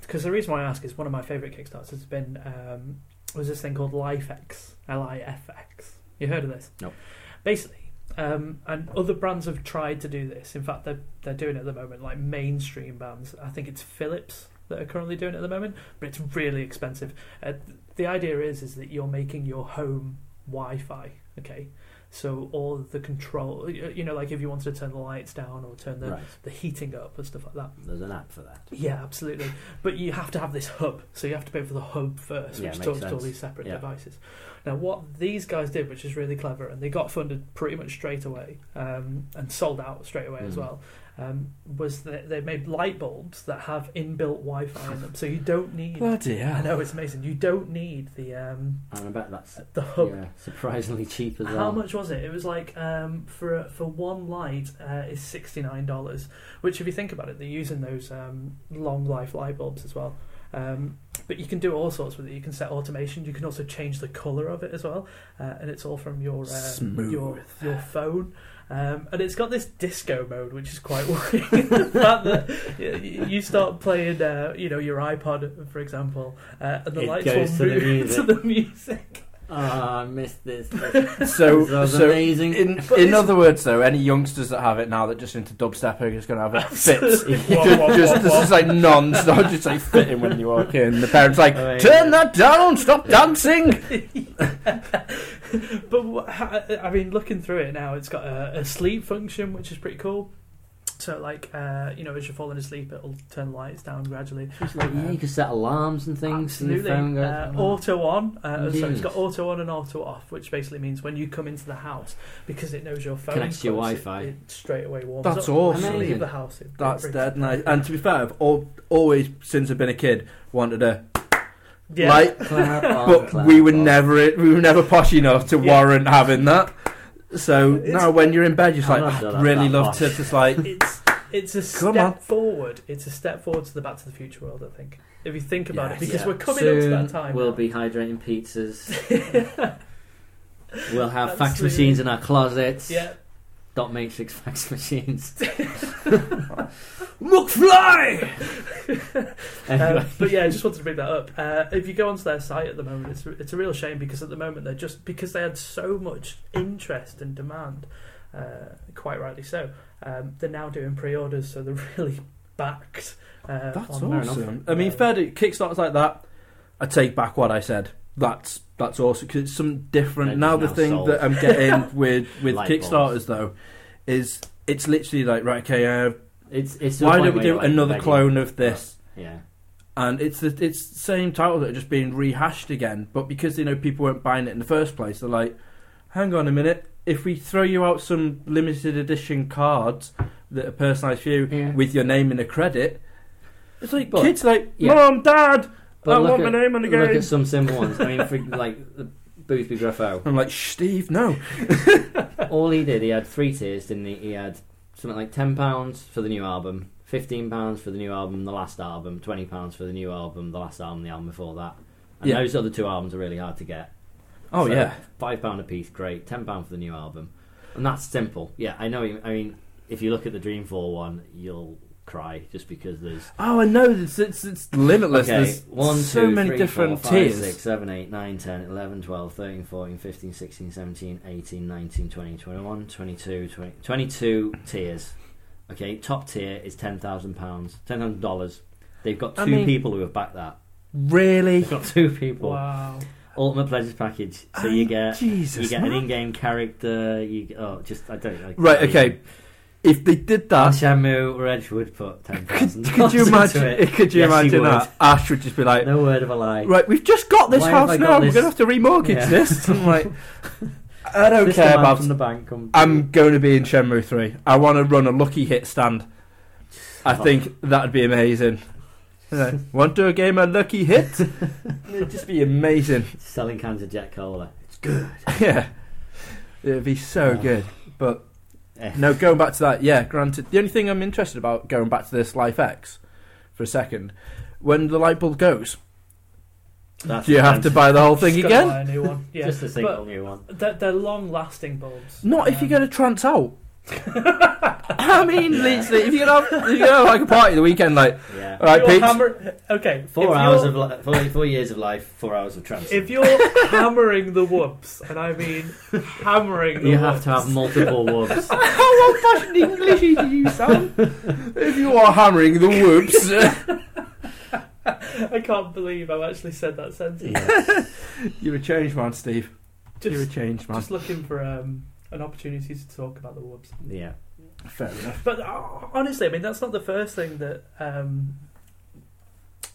D: because the reason why I ask is one of my favourite Kickstarters has been um, was this thing called LifeX, L I F X. You heard of this?
B: Nope.
D: Basically, um, and other brands have tried to do this. In fact, they're they're doing it at the moment, like mainstream brands. I think it's Philips that are currently doing it at the moment, but it's really expensive. Uh, th- the idea is is that you're making your home Wi-Fi. Okay. So all of the control, you you know, like if you wanted to turn the lights down or turn the,
B: right,
D: the heating up and stuff like that,
B: there's an app for that.
D: yeah, absolutely. But you have to have this hub, so you have to pay for the hub first,
B: Yeah,
D: which
B: makes
D: talks to all
B: sense.
D: these separate
B: Yeah.
D: devices. Now, what these guys did, which is really clever, and they got funded pretty much straight away um, and sold out straight away as
B: Mm.
D: well, um, was that they made light bulbs that have inbuilt Wi-Fi in them, so you don't need.
C: bloody
D: I
C: hell!
D: know it's amazing. You don't need the um,
B: And I bet that's
D: the hub.
B: yeah, surprisingly cheap as well.
D: How much was it? It was like um, for for one light uh, is sixty nine dollars. Which, if you think about it, they're using those um, long life light bulbs as well. Um, but you can do all sorts with it. You can set automation. You can also change the color of it as well, uh, and it's all from your uh,
C: Smooth.
D: your your phone. Um, and it's got this disco mode, which is quite worrying. the fact that y- y- you start playing, uh, you know, your iPod, for example, uh, and the
B: It
D: lights
B: goes
D: will
B: to the
D: move to
B: music.
D: the music.
B: Oh, I missed this.
C: So
B: This was
C: so
B: amazing.
C: in in other words, though, any youngsters that have it now that just into dubstep are just going to have it fits.
D: Absolutely.
C: just, just this is like non-stop, just like fitting when you walk in. The parents like,
B: Amazing.
C: turn that down, stop dancing.
D: but wha- I I mean, looking through it now, it's got a, a sleep function, which is pretty cool. So, like, uh, you know, as you're falling asleep, it'll turn the lights down gradually.
B: It's like, yeah, you can set alarms and things.
D: Absolutely.
B: And your
D: uh,
B: phone goes, oh.
D: auto on. Uh, so
B: Yes.
D: it's got auto on and auto off, which basically means when you come into the house, because it knows your phone
B: Connects to your
D: close, it-
B: Wi-Fi.
D: It, straight away warms
C: That's
D: up.
C: awesome.
D: When you leave
B: Amazing.
D: the house, it,
C: That's
D: it brings-
C: dead nice. And to be fair, I've al- always since I've been a kid wanted a
D: Yeah.
C: light,
B: Clap on,
C: but
B: clap
C: we were
B: on.
C: never we were never posh enough to
D: Yeah.
C: warrant having that. So
D: It's-
C: now when you're in bed, you're just
B: I'm
C: like,
B: not
C: I'd
B: that-
C: really
B: that
C: love
B: posh."
C: to just like
D: it's it's a
C: Come on.
D: step forward. It's a step forward to the Back to the Future world. I think if you think about
C: Yes.
D: it, because
B: Yeah.
D: we're coming
B: Soon
D: up to that time.
B: We'll
D: now.
B: be hydrating pizzas. We'll have fax
D: Absolutely.
B: machines in our closets.
D: yeah.
B: Dot matrix fax machines.
C: McFly.
B: Anyway.
D: Um, but yeah, I just wanted to bring that up. Uh, if you go onto their site at the moment, it's it's a real shame because at the moment they're just because they had so much interest and demand, uh, quite rightly so. Um, they're now doing pre-orders, so they're really backed. Uh,
C: That's
D: on-
C: awesome. I mean, fair to Kickstarters like that. I take back what I said. That's that's awesome 'cause it's something different.
B: They're
C: now
B: just
C: the
B: now
C: thing
B: sold.
C: that I'm getting with with
B: Light
C: Kickstarters though is it's literally like right, okay, uh,
B: It's it's. to the
C: why
B: point
C: don't we
B: where you're
C: do
B: like
C: another
B: begging.
C: clone of this?
B: Yeah.
C: And it's the it's the same titles that are just being rehashed again. But because they know people weren't buying it in the first place, they're like, hang on a minute. If we throw you out some limited edition cards that are personalised for you
B: Yeah.
C: with your name and a credit, it's like
B: But-
C: kids like
B: yeah.
C: mom, dad. I
B: look
C: want
B: at,
C: my name on the
B: Look
C: game.
B: at some simple ones. I mean, for like the Boothby Griffo,
C: I'm like Steve, no.
B: all he did, he had three tiers, didn't he? He had something like ten pounds for the new album, fifteen pounds for the new album, the last album, twenty pounds for the new album, the last album, the album before that. And
C: Yeah.
B: those other two albums are really hard to get.
C: Oh
B: So,
C: yeah,
B: five pound a piece, great. Ten pound for the new album, and that's simple. Yeah, I know. what you- I mean, if you look at the Dreamfall one, you'll cry just because there's
C: Oh, I know. It's it's, it's limitless.
B: okay,
C: There's
B: one,
C: so
B: two,
C: many
B: three,
C: different
B: four, five,
C: tiers.
B: six, seven, eight, nine, 10, 11, 12, 13, 14, 15, 16, 17, 18, 19, 20, 21, 22, 20 22 tiers. Okay, top tier is ten thousand pounds, ten thousand dollars. They've got two
C: I mean-
B: people who have backed that.
C: Really?
B: They've got two people.
D: Wow.
B: Ultimate pleasures package. So you get
C: Oh, Jesus.
B: you get
C: man.
B: an in-game character. You get- oh, just I don't like
C: Right, okay. If they did that,
B: Shamu or Edgewood put ten thousand.
C: could you imagine?
B: It?
C: Could you
B: Yes, he
C: imagine
B: would.
C: that? Ash would just be like,
B: No word of a lie.
C: right, we've just got this
B: Why have I got
C: house now.
B: this?
C: We're gonna have to remortgage
B: Yeah.
C: this. I'm like, I don't
B: This
C: care
B: demand
C: about.
B: from the bank. Come
C: I'm going to be in Shenmue three. I want to run a lucky hit stand. I think that'd be amazing. You know, Want to do a game of lucky hit? It'd just be amazing.
B: selling cans of Jet Cola.
C: yeah, it'd be so
B: Oh.
C: good. But
B: Eh.
C: No, going back to that, yeah, granted. The only thing I'm interested about going back to this Life X for a second, when the light bulb goes,
B: That's
C: do you have to buy the whole thing
D: Just gotta
C: again?
D: buy a new one. Yeah.
B: Just a single new one.
D: They're, they're long-lasting bulbs.
C: Not if you're
D: Um,
C: going to trance out. I mean, literally, if you're going to have, if you're gonna have like a party the weekend, like,
B: Yeah.
C: all right,
D: you're
C: Pete,
D: hammer- okay. if
B: Four hours
D: you're-
B: of li- four, four years of life, four hours of trance.
D: If you're hammering the whoops, and I mean hammering the
B: you have to
D: whoops,
B: have multiple wubs.
C: how old-fashioned English do you sound? if you are hammering the whoops,
D: I can't believe I've actually said that sentence.
C: you're a changed man, Steve. you're a
D: Just,
C: changed man.
D: just looking for um, an opportunity to talk about the whoops.
B: yeah.
C: Fair enough.
D: But uh, honestly, I mean, that's not the first thing that. Um,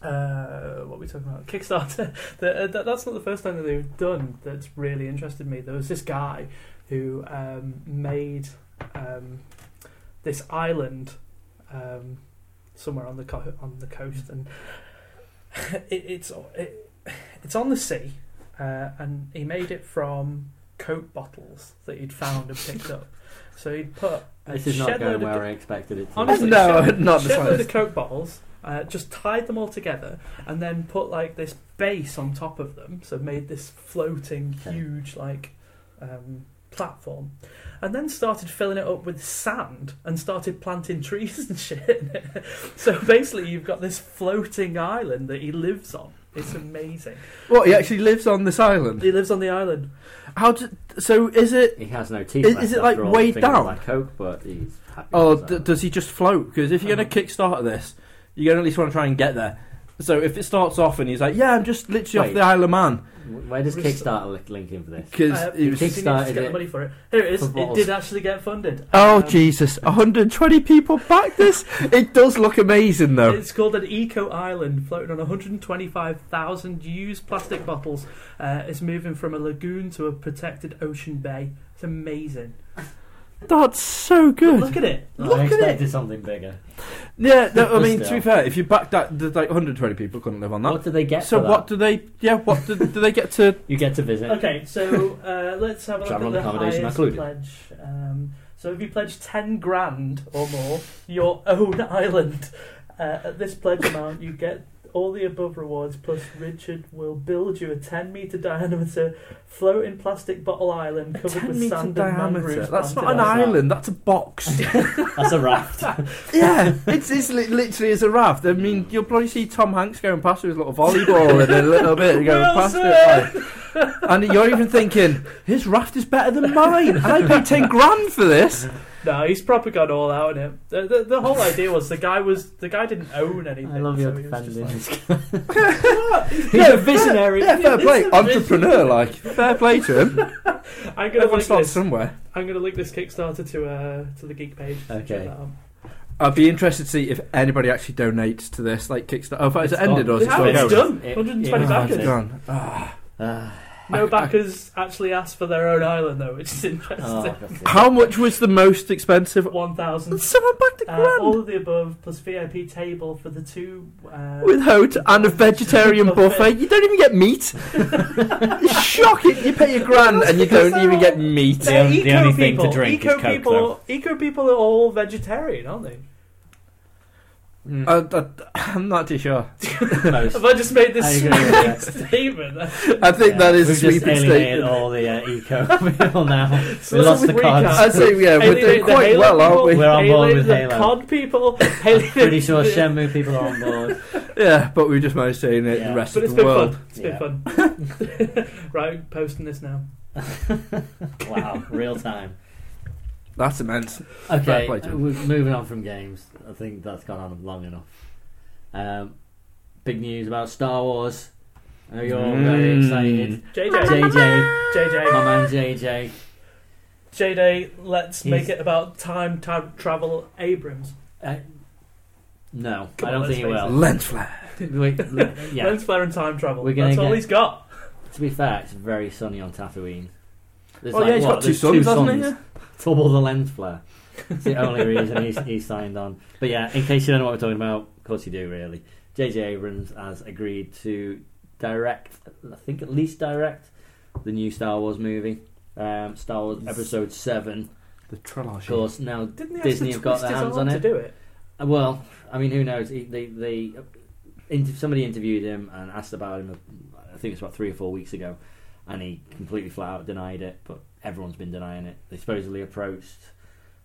D: uh, what are we talking about? Kickstarter. that, uh, that, that's not the first thing that they've done that's really interested me. There was this guy who um, made um, this island um, somewhere on the co- on the coast, and it, it's it, it's on the sea, uh, and he made it from Coke bottles that he'd found and picked up. So he'd put a
B: This is not
D: shed load
B: going
D: of
B: where I expected it to.
D: Honestly,
C: No,
D: shit-
C: not the
D: shit load of
C: slightest.
D: Coke bottles, uh, just tied them all together, and then put like this base on top of them, so made this floating
B: Okay.
D: huge like um, platform, and then started filling it up with sand and started planting trees and shit. in it. so basically, you've got this floating island that he lives on. It's amazing.
C: What, he actually lives on this island?
D: He lives on the island.
C: How do, so is it
B: He has no teeth.
C: Is-
B: left
C: is it,
B: after
C: like,
B: all,
C: weighed
B: figured
C: down?
B: Like Coke, but he's happy.
C: Oh,
B: with
C: d-
B: that.
C: does he just float? Because if you're going to kickstart this, you're going to at least want to try and get there. So if it starts off and he's like, "Yeah, I'm just
B: Wait.
C: literally off the Isle of Man,"
B: Where does
D: Rest-
B: Kickstarter li- link in for this?
C: because
D: Uh,
C: it
D: he
C: was,
B: kick-
D: needs to get
B: kickstarted
D: the
B: it
D: money for it. Here it is.
B: for
D: It
B: bottles.
D: did actually get funded.
C: oh
D: Um,
C: Jesus, 120 people back this. it does look amazing though.
D: It's called an eco island, floating on 125,000 used plastic bottles. Uh, it's moving from a lagoon to a protected ocean bay. It's amazing.
C: That's so good.
D: Look at it.
B: No,
D: Look
B: I
D: at it.
B: expected something bigger.
C: Yeah, no, I
B: Just
C: mean to be
B: still.
C: fair, if you back that, there's like 120 people couldn't live on that.
B: What do they get?
C: so
B: for That?
C: what do they? Yeah, what do, do they get to?
B: You get to visit.
D: Okay, so uh, let's have a look
B: Travel
D: at the
B: accommodation
D: highest
B: included.
D: pledge. Um, so if you pledge 10 grand or more, your own island, uh, at this pledge amount, you get all the above rewards, plus Richard will build you a 10 metre diameter floating plastic bottle island covered
C: 10
D: with
C: meter
D: sand and
C: diameter.
D: mangroves.
C: That's not
D: planted
C: an
D: on it.
C: island. That's a box.
B: That's a raft.
C: Yeah, it's, it's li- literally as a raft. I mean, you'll probably see Tom Hanks going past with his little volleyball in a little bit, going past it, like. and you're even thinking his raft is better than mine. And I paid ten grand for this.
D: No, he's proper gone all out in it. The, the, the whole idea was the guy was the guy didn't own anything.
B: I love your
D: so he was just
B: defending.
D: like-
B: this guy. He's a visionary.
C: Yeah, fair play,
D: Listen,
C: entrepreneur. Like fair play to him.
D: I'm gonna
C: Everyone
D: link
C: starts
D: this.
C: somewhere.
D: I'm gonna link this Kickstarter to uh to the geek page. Check
B: Okay.
D: that out.
C: I'd be interested to see if anybody actually donates to this, like Kickstarter. Oh, has it
B: It's
C: ended
B: gone.
C: or is it
D: It's
C: still
D: out, it's
C: going?
D: done.
B: It-
D: 120
B: it-
C: Oh, it's
D: backers.
C: gone. Ah.
B: Ah,
D: No backers actually asked for their own island though, which is interesting.
B: oh, that's it.
C: How much was the most expensive?
D: One thousand.
C: Someone backed a
D: Uh,
C: grand.
D: all of the above plus VIP table for the two. Uh,
C: with hot and a vegetarian
D: Buffet.
C: buffet. You don't even get meat. Shocking! You pay a grand and you don't even get meat.
D: They're
B: The- the
D: eco
B: only thing to
D: people.
B: drink is
D: eco
B: Coke,
D: people.
B: though.
D: Eco people are all vegetarian, aren't they?
B: Mm.
C: I, I, am not too sure.
B: Most.
D: Have I just made this
B: How you gonna do that?
D: statement?
C: I think
B: Yeah,
C: that is a
B: we've just
C: sweeping
B: alienated
C: statement.
B: all the uh, eco people now.
D: So
B: we
D: let's
B: lost the
D: recap.
B: cards.
C: I'd say yeah, we're
D: Alienate
C: doing
D: the
C: quite
D: Halo
C: well, aren't we?
D: people,
B: We're on board
D: alienate
B: with
D: the
B: Halo.
D: COD people.
B: I'm pretty
D: alienate
B: sure
D: the-
B: Shenmue people are on board.
C: Yeah, but we just managed to alienate
B: Yeah.
C: the rest
D: But
C: of
D: it's
C: the
D: been
C: world.
D: fun. It's been fun. right, posting this now.
B: wow, real time.
C: That's immense. Fair
B: Okay,
C: play to
B: uh, we're moving on from games. I think that's gone on long enough. Um, big news about Star Wars. I know you're all very
C: Mm.
B: excited.
D: JJ,
B: JJ, my
D: JJ,
B: man JJ.
D: JJ. Let's
B: He's-
D: make it about time time travel. Abrams.
B: Uh, no,
D: Come
B: I
D: on,
B: don't
D: let's
B: think he
D: face
B: will.
C: Lens flare.
B: Wait, l- yeah.
D: Lens flare and time travel.
B: We're gonna
D: That's all
B: get-
D: he's got.
B: To be fair, it's very sunny on Tatooine. There's
C: Oh yeah, he's
B: what,
C: got two
B: there's
C: sons, hasn't he?
B: suns. Double the lens flare. It's the only reason he's, he signed on. But yeah, in case you don't know what we're talking about, of course you do, really. J.J. Abrams has agreed to direct, I think at least direct, the new Star Wars movie, um, Star Wars Episode 7.
C: The
B: Of
C: trilogy.
B: course, now,
D: Didn't they
B: Disney
D: have
B: have
D: to
B: got
D: twist
B: their
D: his
B: hands
D: arm
B: on
D: to
B: it?
D: do it?
B: uh, well, I mean, who knows? He, they, they, uh, inter- somebody interviewed him and asked about him, I think it's about three or four weeks ago, and he completely flat out denied it, but everyone's been denying it. They supposedly approached,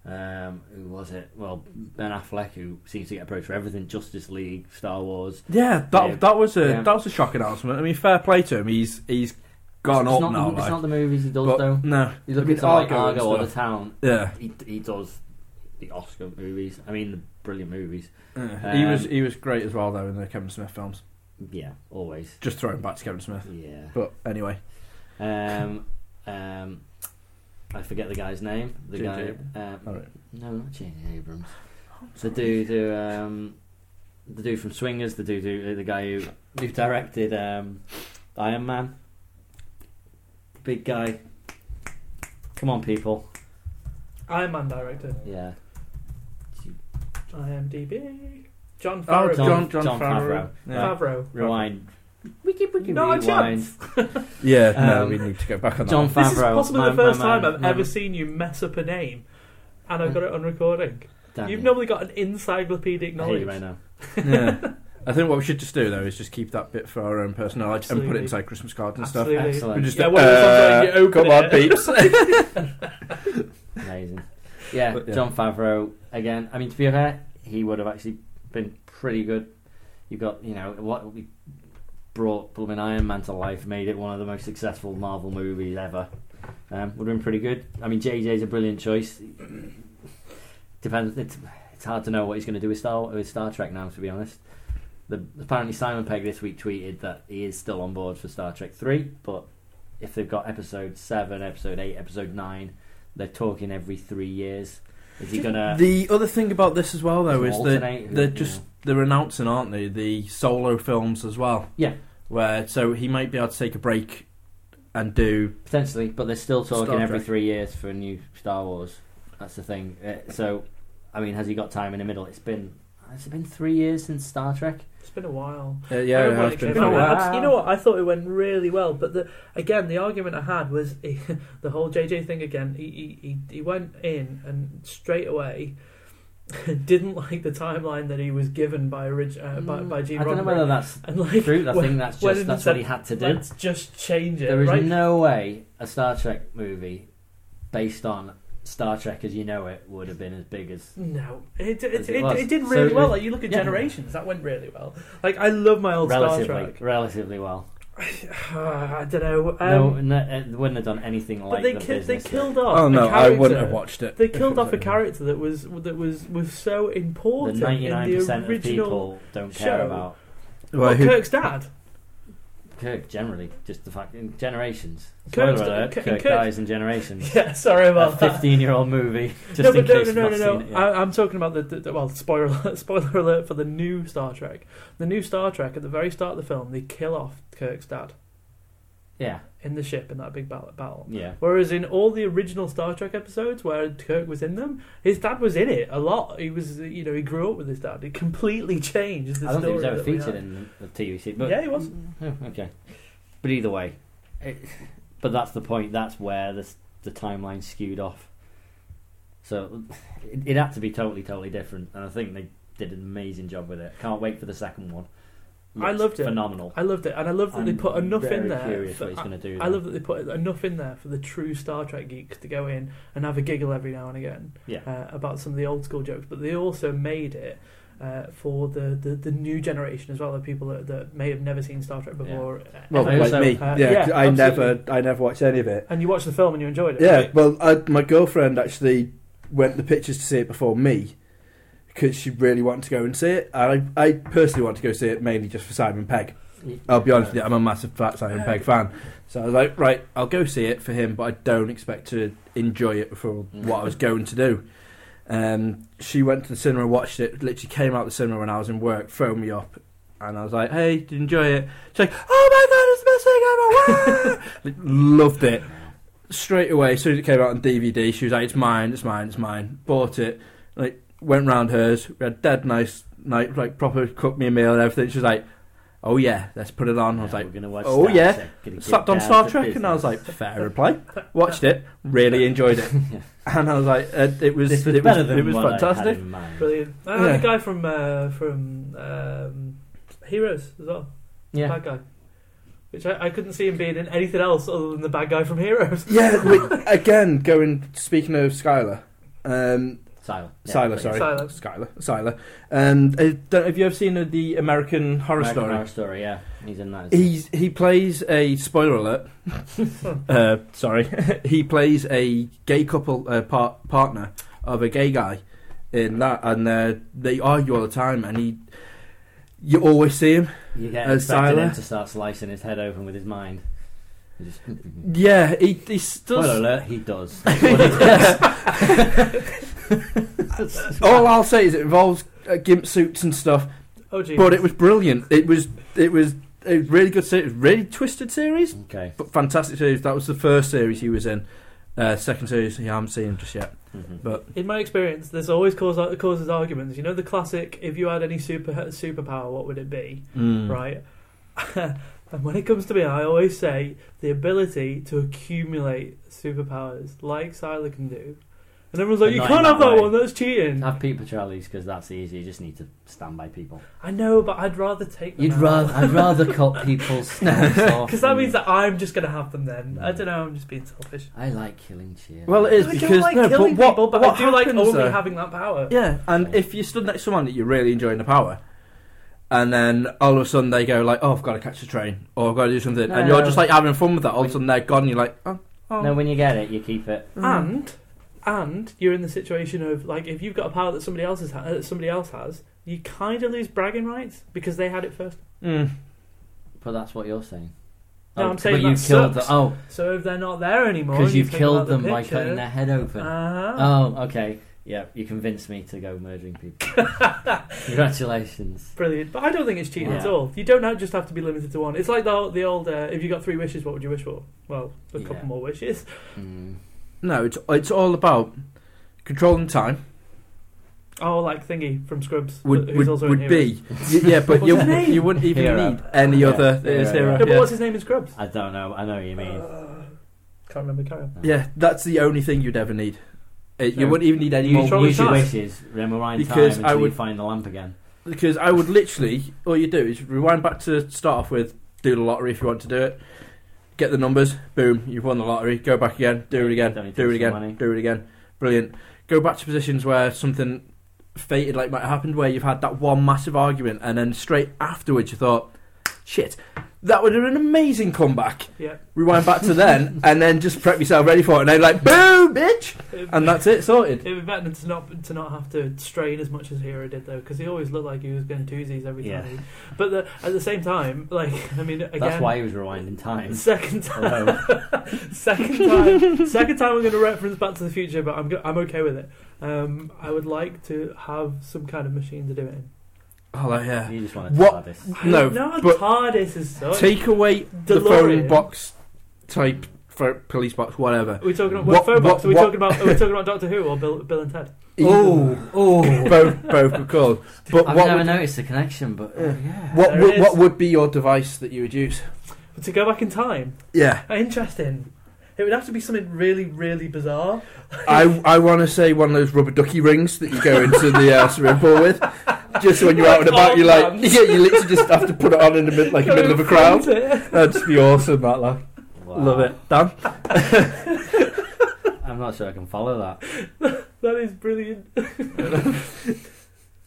B: um, who was it? Well, Ben Affleck, who seems to get approached for everything Justice League, Star Wars.
C: Yeah, that
B: Yeah.
C: that was a
B: Yeah.
C: that was a shock announcement. I mean, fair play to him. He's he's gone
B: it's
C: up
B: not,
C: now.
B: It's
C: like.
B: not the movies he does,
C: but,
B: though.
C: No,
B: You
C: I
B: look
C: mean,
B: at like
C: Argo and
B: Argo or The
C: stuff.
B: Town,
C: yeah.
B: he, he does the Oscar movies. I mean, the brilliant movies.
C: Yeah. he
B: Um,
C: was he was great as well though in the Kevin Smith films.
B: Yeah, always.
C: Just throwing back to Kevin Smith.
B: Yeah.
C: But anyway,
B: Um, um, I forget the guy's name. The
C: J.J.
B: guy.
C: Abrams?
B: Um,
C: all right.
B: No, not J.J. Abrams. The dude who, um, the dude from Swingers, the dude who, uh, the guy who, who directed um, Iron Man. Big guy. Come on, people.
D: Iron Man director.
B: Yeah.
D: IMDb. John
C: Oh,
D: Favreau.
C: John,
B: John-
C: John,
B: John Favreau.
C: Favreau. Yeah,
D: Favreau.
B: Rewind.
D: Not a
B: rewind.
D: chance.
C: yeah no,
B: Um,
C: we need to go back on that.
B: John
C: one.
B: Favreau.
D: This is possibly
B: my-
D: the first
B: my man-
D: time I've
B: my-
D: ever seen you mess up a name, and I've got it on recording.
B: Damn
D: You've
B: it.
D: normally got an encyclopedic
B: I hate
D: knowledge.
B: you right now.
C: yeah. I think what we should just do though is just keep that bit for our own personal life and put it
D: Absolutely.
C: inside Christmas cards and
D: Absolutely.
C: stuff. We
B: Excellent.
C: just uh,
D: Yeah, well, it sounds like you open
C: come on,
D: it.
C: peeps.
B: Amazing. Yeah,
C: But, yeah.
B: John Favreau again. I mean, to be fair, he would have actually been pretty good. You've got, you know, what we brought blooming Iron Man to life, made it one of the most successful Marvel movies ever. Um, would have been pretty good. I mean, JJ's a brilliant choice. Depends. It's, it's hard to know what he's going to do with Star with Star Trek now. To be honest, the, apparently Simon Pegg this week tweeted that he is still on board for Star Trek three, but if they've got episode seven, episode eight, episode nine, they're talking every three years. Is he gonna?
C: the other thing about this as well though
B: Some
C: is that
B: alternate,
C: they're
B: you
C: just
B: know.
C: they're announcing, aren't they, the solo films as well.
B: Yeah.
C: Where so he might be able to take a break and do
B: Potentially, but they're still talking
C: Star
B: every
C: Trek.
B: three years for a new Star Wars. That's the thing. Uh, so, I mean, has he got time in the middle? It's been has it been three years since Star Trek?
D: It's been a while.
C: uh, yeah,
D: I
C: it
D: don't know
C: has
D: what it
C: been
D: came out
C: fun.
D: with. You know what? I thought it went really well, but the, again, the argument I had was the whole JJ thing again. He, he, he, he went in and straight away didn't like the timeline that he was given by orig- uh, by, by
C: Mm.
D: Gene
B: Mm. I don't know
D: Roddenberry.
B: whether that's
D: and like,
B: true. I
D: when-
B: think that's
D: when
B: just
D: it
B: that's
D: said,
B: what he had to do.
D: Let's just change it.
B: There is
D: right?
B: no way a Star Trek movie based on Star Trek as you know it would have been as big as.
D: No, it it,
B: As
D: it,
B: it
D: it,
B: was.
D: did
B: So
D: really
B: it
D: well.
B: was-
D: Like you look at
B: yeah.
D: Generations, that went really well. Like I love my old Star
B: Relatively,
D: Trek.
B: relatively well.
D: I don't know. Um,
B: no, no, uh, they wouldn't have done anything like
D: but they
B: the
D: ki- they
B: business that-
D: killed off.
C: Oh
D: a
C: no, I
D: character.
C: wouldn't have watched it.
D: They
C: if it
D: killed
C: was
D: off a
C: like-
D: character that was that was was so important
B: that
D: in
B: 99%
D: the
B: of
D: original.
B: people don't care
D: show.
B: about
C: Well,
D: Well,
C: who-
D: Kirk's dad.
B: Kirk generally, just the fact in generations.
D: Kirk's-
B: Spoiler alert,
D: Kirk-
B: Kirk,
D: Kirk-
B: dies in generations.
D: Yeah, sorry
B: A
D: about that.
B: 15 year old movie, just
D: no,
B: in
D: but no,
B: case
D: no, no,
B: you've
D: no,
B: not
D: no.
B: seen it yet.
D: I, I'm talking about the, the, the- well, spoiler alert- spoiler alert for the new Star Trek. The new Star Trek at the very start of the film, they kill off Kirk's dad
B: yeah,
D: in the ship in that big battle. battle.
B: yeah.
D: Whereas in all the original Star Trek episodes where Kirk was in them, his dad was in it a lot. He was, you know, he grew up with his dad. It completely changed the
B: I don't think
D: story.
B: it was ever
D: that we
B: featured
D: had.
B: in the TV series. But
D: yeah, he was.
B: Oh, okay. But either way, it, but that's the point. That's where the the timeline skewed off. So it, it had to be totally, totally different. And I think they did an amazing job with it. Can't wait for the second one.
D: I loved it.
B: Phenomenal.
D: I loved it, and I love that they
B: I'm
D: put enough
B: very
D: in there.
B: Curious
D: for-
B: what he's going to do.
D: I
B: there.
D: love that they put enough in there for the true Star Trek geeks to go in and have a giggle every now and again
B: Yeah.
D: uh, about some of the old school jokes, but they also made it uh, for the, the, the new generation as well, the people that, that may have never seen Star Trek before.
E: Well,
B: I
E: like
B: also-
E: me,
D: uh,
C: yeah,
D: yeah,
C: I never,
D: absolutely.
C: I never watched any of it.
D: And you watched the film and you enjoyed it.
C: Yeah,
D: right?
C: well, I, my girlfriend actually went to the pictures to see it before me because she really wanted to go and see it. And I, I personally want to go see it mainly just for Simon Pegg. I'll be honest with you, I'm a massive fat Simon Pegg fan. So I was like, right, I'll go see it for him, but I don't expect to enjoy it for
B: Mm.
C: what I was going to do. Um, she went to the cinema, watched it, literally came out of the cinema when I was in work, phoned me up, and I was like, hey, did you enjoy it? She's like, oh my god, it's the best thing ever! Wow!" Loved it. Straight away, as soon as it came out on DVD, she was like, it's mine, it's mine, it's mine. Bought it, like, went round hers, we had a dead nice night, like, proper cooked me a meal and everything. She was like, oh yeah, let's put it on. I was
B: Yeah,
C: like,
B: we're gonna watch
C: oh,
B: Star
C: yeah.
B: Trek, gonna get
C: slapped on
B: down
C: Star
B: to
C: Trek, and I was like,
B: business.
C: fair reply. Watched it, really enjoyed it, and I was like, uh, it was,
B: this was
C: it
B: better
C: was,
B: than
C: it was
B: what I had
C: fantastic.
B: in mind.
D: Brilliant. And
C: Yeah.
D: the guy from uh, from um, Heroes as well,
B: Yeah.
D: bad guy. Which I, I couldn't see him being in anything else other than the bad guy from Heroes.
C: Yeah, we, again, going speaking of Skylar, um,
B: Silo. Yeah,
C: Skylar,
B: but
C: sorry,
D: Skylar.
C: Skylar, Skylar. Um, I don't, have you ever seen uh, the American Horror
B: American
C: Story?
B: Horror Story, yeah. He's in that. isn't he?
C: He's, he plays a spoiler alert. uh, sorry, he plays a gay couple uh, par- partner of a gay guy in that, and uh, they argue all the time, and he. You always see him.
B: You get
C: Uh,
B: expected him
C: Silo.
B: to start slicing his head open with his mind. He just-
C: Yeah, he, he still.
B: Spoiler alert, he does. That's what he does.
C: All I'll say is it involves uh, gimp suits and stuff,
D: Oh, geez.
C: but it was brilliant. It was it was a really good series, really twisted series,
B: okay.
C: but fantastic series. That was the first series he was in. Uh, second series, yeah, I haven't seen just yet.
B: Mhm.
C: But
D: In my experience, this always cause, causes arguments. You know the classic: if you had any super superpower, what would it be?
B: Hmm.
D: Right. and when it comes to me, I always say the ability to accumulate superpowers, like Scylla can do. And everyone's like,
B: But
D: "You
B: not
D: can't
B: in
D: have
B: that
D: that
B: way."
D: one. That's cheating."
B: Have people Charlie's because that's easy. You just need to stand by people.
D: I know, but I'd rather take. Them
B: You'd rather I'd rather cut people's snacks off.
D: because that
B: and-
D: means that I'm just gonna have them. Then I
B: Mm.
D: don't know. I'm just being selfish.
B: I like killing cheer.
C: Well, it is
D: I
C: because
D: don't like
C: no, but
D: killing
C: what,
D: people, but
C: what
D: I do like
C: happens,
D: only
C: though-
D: having that power.
C: Yeah, and
B: Okay.
C: if you stood next to someone that you're really enjoying the power, and then all of a sudden they go like, "Oh, I've got to catch the train," or "I've got to do something," and
B: No.
C: you're just like having fun with that. All of a sudden they're gone. And you're like, "Oh, oh."
B: no, when you get it, you keep it.
D: Mm. and and you're in the situation of like if you've got a power that somebody else has ha- that somebody else has, you kind of lose bragging rights because they had it first.
C: Mm.
B: But that's what you're saying.
D: No,
B: oh,
D: I'm saying
B: but you
D: that
B: killed
D: sucks.
B: the, oh
D: So if they're not there anymore,
B: because
D: and you
B: you've
D: take out
B: killed
D: the
B: them by cutting their head open.
D: Uh-huh.
B: oh, okay. Yeah, you convinced me to go murdering people. Congratulations.
D: Brilliant, but I don't think it's cheating at
B: Yeah.
D: all. You don't have- just have to be limited to one. It's like the the old uh, if you got three wishes, what would you wish for? Well, a
B: Yeah.
D: couple more wishes.
B: Mm.
C: no, it's it's all about controlling time.
D: Oh, like thingy from Scrubs,
C: Would
D: who's
C: would,
D: also in
C: would
D: Heroes.
C: be y- yeah, but
D: What's
C: you
D: his name?
C: you wouldn't even
B: Hero.
C: need any
B: Yeah,
C: other
B: Hero,
C: it's Hero,
D: No, but
C: yeah.
D: what's his name in Scrubs? Uh,
B: I don't know. I know what you mean.
D: Can't remember. Carry on.
C: Yeah, that's the only thing you'd ever need. Uh, You
D: No.
C: wouldn't even need any
B: you
C: more
D: try
B: should
D: with
C: wishes
B: wishes,
D: that.
B: wishes, rewind time
C: Because I
B: until you
C: would-
B: find the lamp again.
C: because I would literally all you do is rewind back to start off with, do the lottery if you want to do it, get the numbers, boom, you've won the lottery. Go back again, do it
B: Don't
C: again,
B: need to
C: do it
B: waste the
C: again,
B: money.
C: do it again. Brilliant. Go back to positions where something fated like might have happened, where you've had that one massive argument, and then straight afterwards you thought, shit. That would have been an amazing comeback.
D: Yeah.
C: Rewind back to then, and then just prep yourself ready for it. And then like, boom, bitch, and that's it, sorted.
D: It'd be better to not to not have to strain as much as Hero did though, because he always looked like he was going doozies every
B: Yeah.
D: time. He, but the, at the same time, like I mean, again,
B: That's why he was rewinding time.
D: second time,
B: Hello.
D: second time, second time, I'm going to reference Back to the Future, but I'm go- I'm okay with it. Um, I would like to have some kind of machine to do it in.
C: Oh like, yeah.
B: you just wanted to
C: What-
B: buy this.
C: No,
D: no,
C: but-
D: TARDIS is such.
C: Take away the
D: DeLorean.
C: phone box type, for police box, whatever.
D: Are we talking about
C: What-
D: phone box?
C: what-
D: are we
C: what-
D: talking about? Are we talking about Doctor Who or Bill, Bill and Ted?
C: Oh, oh, both both are cool. But
B: I've
C: what
B: never
C: would,
B: noticed the connection, but
C: Yeah.
B: yeah.
C: what
D: There it
C: would,
D: is.
C: what would be your device that you would use?
D: To go back in time,
C: Yeah,
D: interesting. It would have to be something really, really bizarre.
C: I I want to say one of those rubber ducky rings that you go into the uh, swimming pool with. just when you're out and about, you're like,
F: Arms.
C: yeah, you literally just have to put it on in the mid, like the middle of a crowd. That'd just be awesome, that like.
B: Wow.
C: Love it, Dan.
B: I'm not sure I can follow that.
D: That is brilliant.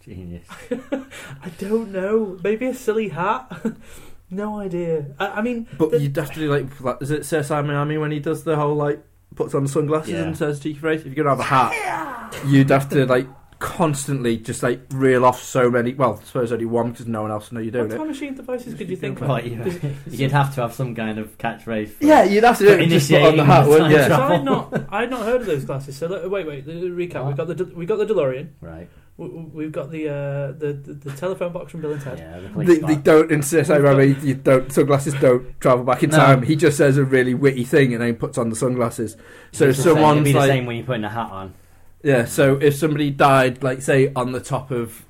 B: Genius.
D: I don't know. Maybe a silly hat. no idea. I, I mean,
C: But
D: The-
C: you'd have to do like, like, is it Sir Simon Army when he does the whole like puts on sunglasses
B: Yeah.
C: and says cheeky phrase? If you're gonna have a hat, you'd have to like constantly just like reel off so many. Well, I suppose only one because no one else will know you're
D: what
C: doing it.
D: time machine devices could you think of?
B: Right, you, you'd have to have some kind of catchphrase. For,
C: Yeah, you'd have to do it just put on
B: Initiating
C: the hat,
B: the time
C: wouldn't you?
D: So I'd
B: Travel.
D: not, I'd not heard of those glasses. So let, wait, wait. the- the Recap. We've got the De- we got the DeLorean.
B: Right.
D: We- we- We've got the uh, the, the the telephone box from Bill and Ted.
B: Yeah. The police
C: They,
B: bar.
C: they don't insist. I mean, you don't sunglasses don't travel back in
B: No.
C: time. He just says a really witty thing and then puts on the sunglasses. So if
B: It's the same- it'd
C: someone's
B: be the
C: like,
B: same when you're putting a hat on.
C: yeah. So if somebody died, like say on the top of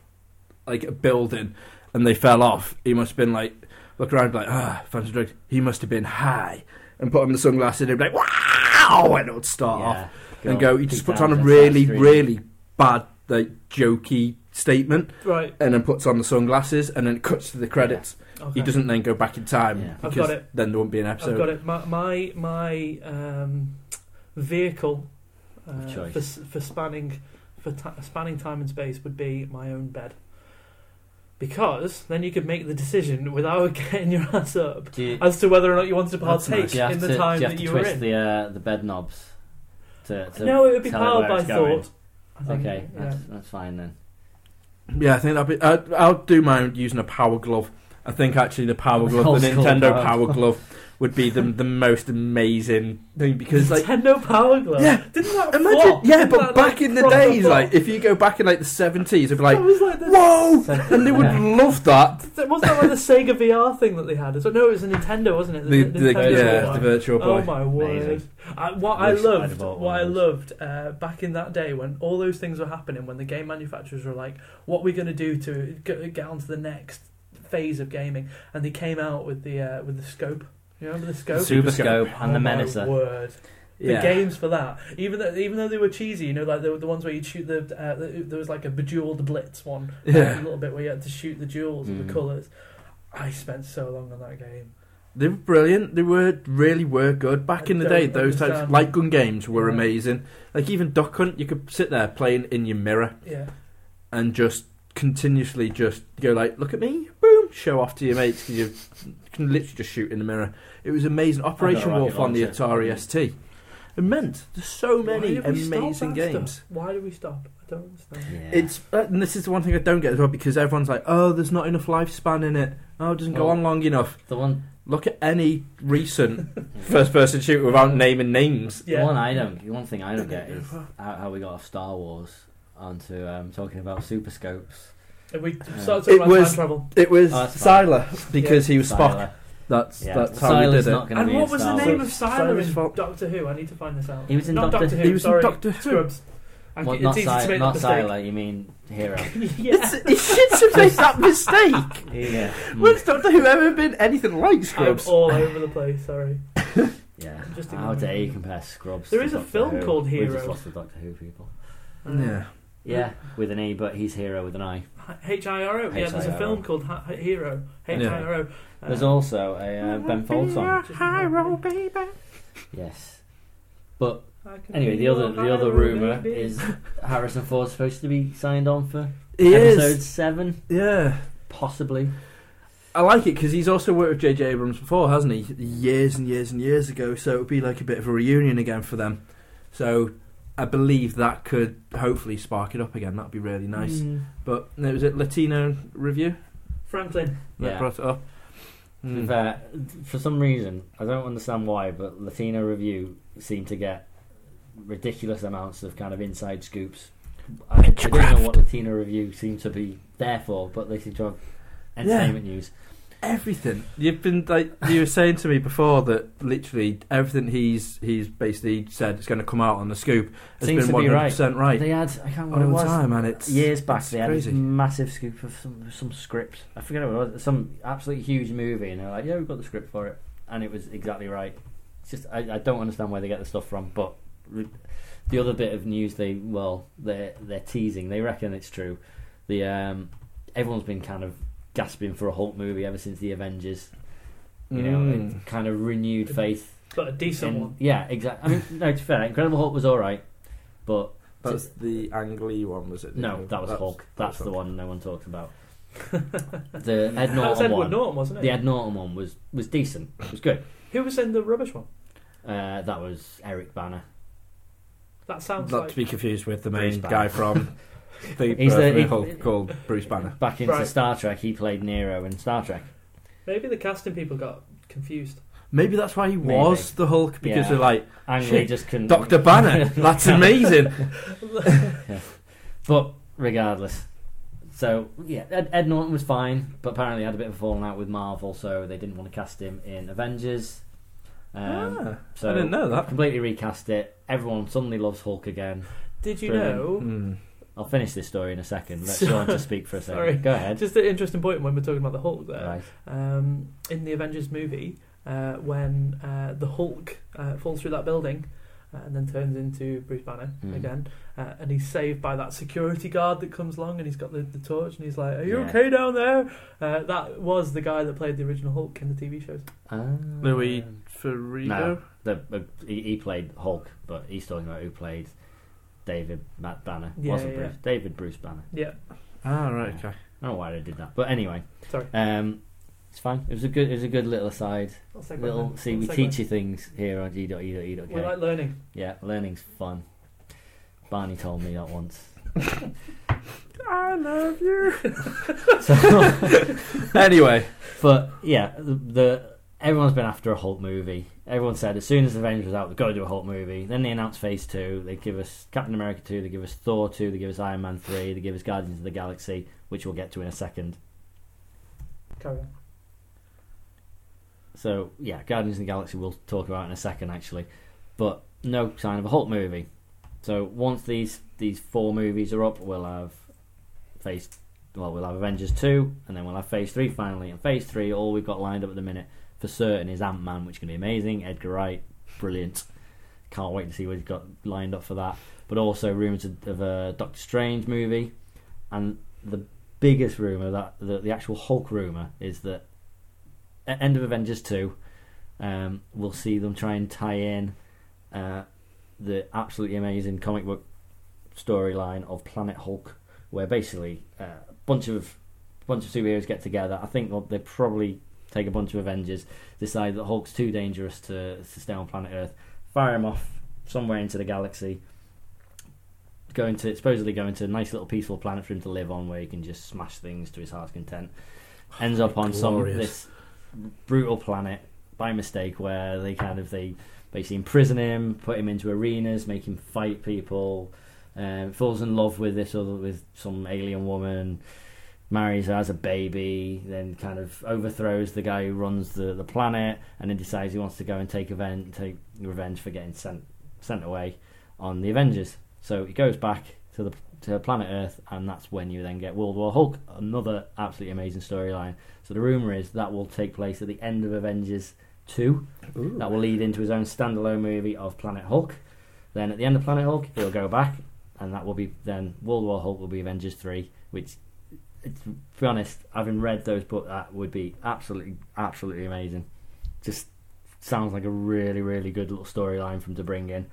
C: like a building, and they fell off, he must have been like look around like ah, fancy drugs. He must have been high, and put on the sunglasses and he'd be like wow, and it would start off
B: Yeah,
C: and go. He
B: peek
C: just puts
B: down
C: on a
B: and start
C: really,
B: screaming.
C: really bad like jokey statement,
D: Right.
C: and then puts on the sunglasses, and then it cuts to the credits.
D: Okay.
C: He doesn't then go back in time
B: Yeah. I've
C: because
D: got it.
C: then there won't be an
D: I've got
C: episode.
D: it. My my, my um, vehicle
B: Of
D: uh,
B: choice.
D: for s- for spanning for ta spanning time and space would be my own bed. Because then you could make the decision without getting your ass up
B: Do you,
D: as to whether or not you wanted to
C: That's
D: partake
C: nice.
B: do you have
D: in
B: to,
D: the
B: do
D: time
B: you have
D: that
B: to
D: you were
B: twist
D: in.
B: the uh, the bed knobs? To, to
D: no, it would be
B: tell it
D: powered
B: where
D: by
B: it's going?
D: thought. I think,
B: Okay,
D: yeah.
B: that's, that's fine then.
C: Yeah, I think that'd be. I, I'll do mine using a power glove. I think actually the power glove,
B: Old
C: the
B: school
C: Nintendo
B: power
C: power glove, would be the the most amazing thing because like
D: Nintendo Power Glove.
C: Yeah.
D: didn't that
C: imagine
D: flop?
C: yeah,
D: Didn't
C: but
D: that,
C: back in the
D: proper
C: days
D: flop?
C: like if you go back in like the seventies, it'd be
D: That
C: like
D: was like the-
C: whoa,
B: So-
C: and they would
B: Yeah.
C: love that.
D: Th- Wasn't that like the Sega VR thing that they had? as well? No, it was a Nintendo, wasn't it?
C: The,
D: Nin-
C: the,
D: Nintendo
C: yeah,
D: one.
C: the virtual
D: Oh
C: boy.
D: my word!
B: Amazing.
D: I, what I
B: Wish I'd
D: loved,
B: have bought
D: what
B: one
D: I
B: of those.
D: loved uh, back in that day when all those things were happening, when the game manufacturers were like, "What we're going to do to get, get on to the next phase of gaming," and they came out with the uh, with the scope. You remember the scope?
B: Super Scope and the
D: Oh my
B: Menacer.
D: word. The
C: yeah.
D: games for that, even though even though they were cheesy, you know, like they were the ones where you'd shoot the, uh, the there was like a bejeweled blitz one, like,
C: Yeah.
D: a little bit where you had to shoot the jewels and the
B: Mm.
D: colours. I spent so long on that game.
C: They were brilliant. They were really were good back
D: I
C: in the day.
D: don't
C: Those types
D: understand.
C: light gun games were
D: Yeah.
C: amazing. Like even Duck Hunt, you could sit there playing in your mirror
D: Yeah,
C: and just continuously just go like, look at me, boom, show off to your mates because you can literally just shoot in the mirror. It was amazing. Operation
B: rocket
C: Wolf on the
B: launcher.
C: Atari ST. Immense. There's so
D: Why
C: many
D: did we stop
C: amazing
D: that
C: games.
D: Stuff? Why did we stop? I don't understand.
B: Yeah.
C: It's uh, and this is the one thing I don't get as well because everyone's like, oh, there's not enough lifespan in it. Oh, it doesn't go
B: Well-
C: on long enough.
B: the one.
C: Look at any recent first-person shooter without naming names.
D: Yeah.
B: The one I don't. The one thing I don't get is how, how we got off Star Wars onto um, talking about super scopes.
D: And Uh, we
B: Yeah.
D: started talking
C: It
D: about
C: was-
D: time travel.
C: It was
B: Oh, that's fine.
C: Siler because he was Spock.
B: Tyler.
C: That's
B: Yeah.
C: that's how
B: Tyler's
C: we did
B: not
C: it.
B: gonna
D: And
B: be
D: what
B: in
D: was the
B: Star
D: name
B: Wars.
D: of Siler
C: Siler's
D: in
C: fault.
D: Doctor Who? I need to find this out.
B: He was in
D: Not
B: Doctor-
D: Doctor Who.
C: He was in
D: sorry.
C: Doctor Who.
D: Scrubs. I
B: Well,
D: it
B: not,
D: did to
B: si-
D: make
B: not
D: that mistake.
B: Siler, you mean Hero.
D: yeah.
C: It's- He should have made that mistake.
B: yeah. Mm.
C: When's Doctor Who ever been anything like
D: I'm
C: Scrubs?
D: all over the place. Sorry.
B: Yeah.
D: I'm just
B: How
D: ignoring
B: dare you
D: it.
B: compare Scrubs?
D: There
B: to
D: is a
B: Doctor
D: film
B: Who.
D: called
B: We
D: Hero.
B: just lost the Doctor Who people.
C: Yeah.
B: Yeah, with an E, but he's Hero with an I.
D: H I R O. Yeah, there's a
B: HIRO.
D: film called Hi- Hero. H I R O. Uh,
B: There's also a uh, Ben Folds song.
D: Hiro,
C: baby.
B: Yes. But
D: I can
B: anyway, the
D: feel
B: other the
D: Hiro,
B: other rumor
D: baby.
B: is Harrison Ford's supposed to be signed on for
C: He
B: episode
C: is.
B: seven,
C: Yeah.
B: possibly.
C: I like it because he's also worked with J.J. Abrams before, hasn't he? Years and years and years ago, so it would be like a bit of a reunion again for them. So I believe that could hopefully spark it up again. That'd be really nice.
D: Mm.
C: But no, was it Latino Review
D: Franklin.
C: that
B: Yeah. uh,
C: brought it up?
B: To
C: Mm.
B: be fair, for some reason, I don't understand why, but Latino Review seemed to get ridiculous amounts of kind of inside scoops. I, I don't know what Latino Review seemed to be there for, but they seem to have entertainment news.
C: Everything you've been like you were saying to me before that literally everything he's he's basically said is going to come out on the scoop has
B: Seems
C: been
B: to
C: one
B: be
C: hundred
B: right.
C: percent right
B: They had, I can't remember
C: all
B: what it
C: the
B: was.
C: time, and it's
B: years back
C: it's
B: they had
C: crazy.
B: this massive scoop of some some script. I forget what it was. Some absolutely huge movie, and they're like, "Yeah, we've got the script for it," and it was exactly right. It's just I, I don't understand where they get the stuff from, but re- the other bit of news they well they're they're teasing. They reckon it's true. The um, everyone's been kind of gasping for a Hulk movie ever since the Avengers. You know,
C: Mm.
B: it kind of renewed faith.
D: but a decent
B: in-
D: one.
B: Yeah, exactly. I mean, no, to be fair, Incredible Hulk was all right, but
G: That's the Ang Lee one, was it?
B: no, that was
G: That's-
B: Hulk.
G: that's
B: That's the
G: Hulk.
B: one no one talks about. the Ed
D: that was
B: Norton
D: Edward
B: one.
D: Norton, wasn't it?
B: The Ed Norton one was was decent. It was good.
D: Who was in the rubbish one?
B: Uh, that was Eric Banner.
D: That sounds
G: Not
D: like
G: to be confused with the
B: Bruce
G: main
B: Banner.
G: guy from the
B: He's the-
G: Birth
B: he-
G: of Hulk called Bruce Banner.
B: Back into
D: Right.
B: Star Trek, he played Nero in Star Trek.
D: maybe the casting people got confused.
G: Maybe that's why he
B: Maybe.
G: was the Hulk because
B: Yeah. Mm.
G: they're like
B: And they
G: Shit,
B: just couldn't.
G: Doctor Banner. That's amazing.
B: But regardless, so yeah, Ed, Ed Norton was fine, but apparently had a bit of a falling out with Marvel, so they didn't want to cast him in Avengers. Um,
G: Ah,
B: so
G: I didn't know that.
B: Completely recast it. Everyone suddenly loves Hulk again.
D: Did you
B: Brilliant.
D: know?
G: Hmm.
B: I'll finish this story in a second. Let Sean just speak for a second.
D: Sorry.
B: Go ahead.
D: Just an interesting point when we're talking about the Hulk there.
B: Right.
D: um, in the Avengers movie uh, when uh, the Hulk uh, falls through that building uh, and then turns into Bruce Banner
B: Mm.
D: again, uh, and he's saved by that security guard that comes along and he's got the, the torch and he's like, "Are you
B: Yeah.
D: okay down there?" Uh, that was the guy that played the original Hulk in the TV shows.
B: Um,
G: Louis Ferrigo.
B: No, the, uh, he, he played Hulk, but he's talking about who played David Matt Banner.
D: Yeah,
B: Wasn't
D: yeah.
B: Bruce David Bruce Banner?
D: Yeah,
G: Ah, right. Okay.
B: I don't know why they did that, but anyway,
D: sorry.
B: um, it's fine. It was a good, it was a good little aside.
D: I'll segue
B: little,
D: then.
B: see,
D: I'll
B: we
D: segue.
B: teach you things here on e g.e.e.k.
D: We like learning.
B: Yeah, learning's fun. Barney told me that once.
G: I love you.
B: So,
G: anyway,
B: but yeah, the, the everyone's been after a Hulk movie. Everyone said as soon as Avengers was out, they've got to do a Hulk movie. Then they announced Phase Two. They give us Captain America Two. They give us Thor Two. They give us Iron Man Three. They give us Guardians of the Galaxy, which we'll get to in a second.
D: Carry on.
B: So yeah, Guardians of the Galaxy we'll talk about in a second actually, but no sign of a Hulk movie. So once these these four movies are up, we'll have Phase well we'll have Avengers two, and then we'll have Phase three finally. And Phase three, all we've got lined up at the minute for certain is Ant Man, which can be amazing. Edgar Wright, brilliant. Can't wait to see what he's got lined up for that. But also rumors of, of a Doctor Strange movie, and the biggest rumor that the, the actual Hulk rumor is that at e, end of Avengers two, um, we'll see them try and tie in uh, the absolutely amazing comic book storyline of Planet Hulk, where basically uh, a bunch of bunch of superheroes get together. I think they'll, they probably take a bunch of Avengers, decide that Hulk's too dangerous to, to stay on planet Earth, fire him off somewhere into the galaxy. Going to supposedly going to a nice little peaceful planet for him to live on, where he can just smash things to his heart's content. Ends up on some
G: Glorious.
B: this brutal planet by mistake where they kind of they basically imprison him, put him into arenas, make him fight people. Um, falls in love with this other with some alien woman, marries her, has a baby, then kind of overthrows the guy who runs the, the planet, and then decides he wants to go and take event take revenge for getting sent sent away on the Avengers. So he goes back to the to planet Earth, and that's when you then get World War Hulk, another absolutely amazing storyline. So the rumor is that will take place at the end of Avengers two. That will lead into his own standalone movie of Planet Hulk. Then at the end of Planet Hulk, he'll go back, and that will be then World War Hulk will be Avengers three, which. It's, to be honest, having read those books, that would be absolutely, absolutely amazing. Just sounds like a really, really good little storyline for him to bring in.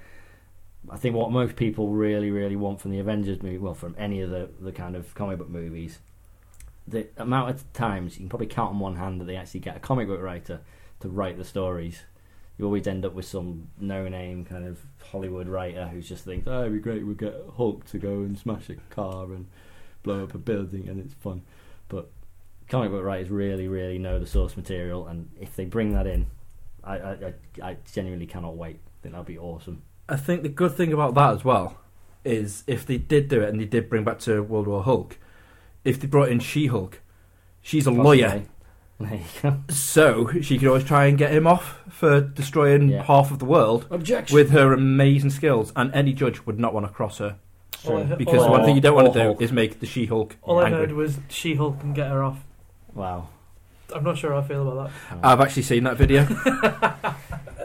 B: I think what most people really, really want from the Avengers movie, well, from any of the, the kind of comic book movies, the amount of times you can probably count on one hand that they actually get a comic book writer to write the stories. You always end up with some no name kind of Hollywood writer who's just thinks, oh, it'd be great, we'll get Hulk to go and smash a car and blow up a building and it's fun. But comic book writers really, really know the source material, and if they bring that in, I, I, I, I genuinely cannot wait. I think that'd be awesome.
G: I think the good thing about that as well is if they did do it and they did bring back to World War Hulk, if they brought in She Hulk, she's a lawyer,
B: There you go.
G: so she could always try and get him off for destroying
B: Yeah.
G: half of the world
B: Objection.
G: with her amazing skills. And any judge would not want to cross her
D: All I he-
G: because
D: all
G: the
D: I-
G: one thing you don't
B: Or-
G: want to
B: or
G: do
B: Hulk.
G: is make the She Hulk
D: All I heard
G: angry.
D: was She Hulk can get her off.
B: Wow.
D: I'm not sure how I feel about
G: I've actually seen that video.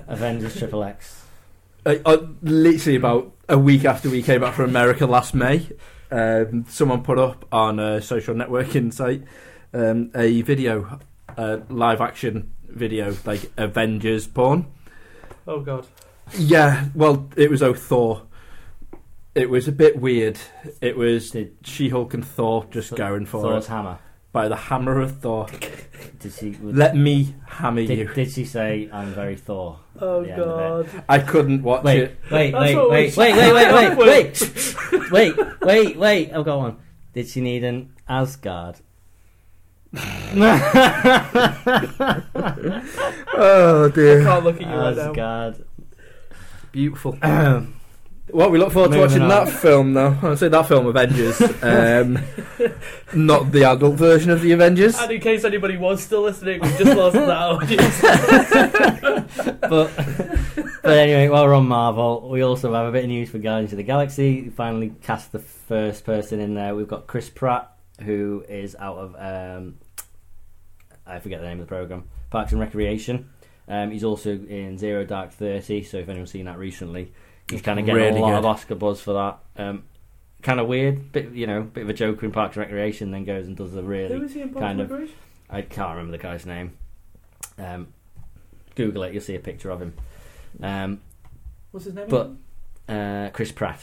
B: Avengers Triple X.
C: Uh,
G: I, I, literally about a week after we came back from America last May,
C: um, someone put up on a social networking site um, a video, a live action video, like Avengers porn.
D: Oh god.
C: Yeah, well, it was oh Thor. It was a bit weird. It was
B: Did-
C: She Hulk and Thor just
B: Thor-
C: going for
B: Thor's
C: it
B: hammer.
C: by the hammer of Thor.
B: Did she?
C: Let me hammer you.
B: did, did she say, "I'm very Thor"?
D: Oh
B: Yeah,
D: god.
C: I couldn't watch
B: Wait,
C: it.
B: wait,
D: That's
B: wait,
D: what we
B: wait, wait,
D: said.
B: wait, wait, wait, wait, wait, wait, wait. Oh, go on. Did she need an Asgard?
C: Oh
D: I
C: dear!
D: can't look at you right now.
B: Asgard.
C: Beautiful. Well, we look forward to
B: Moving
C: watching
B: on.
C: that film now. I say that film, Avengers, um, not the adult version of the Avengers.
D: And in case anybody was still listening, we've just lost that audience.
B: but but anyway, while we're on Marvel, we also have a bit of news for Guardians of the Galaxy. We finally cast the first person in there. We've got Chris Pratt, who is out of um, I forget the name of the program, Parks and Recreation. Um, he's also in Zero Dark Thirty. So if anyone's seen that recently, he's kind of getting
C: Really
B: a lot
C: good.
B: of Oscar buzz for that. Um, kind of weird, bit you know, bit of a joker in Parks and Recreation, then goes and does a really
D: Who is he in Parks
B: Kind
D: and
B: of.
D: Recreation?
B: I can't remember the guy's name. Um, Google it, you'll see a picture of him. Um,
D: What's his name?
B: But-
D: again?
B: uh, Chris Pratt.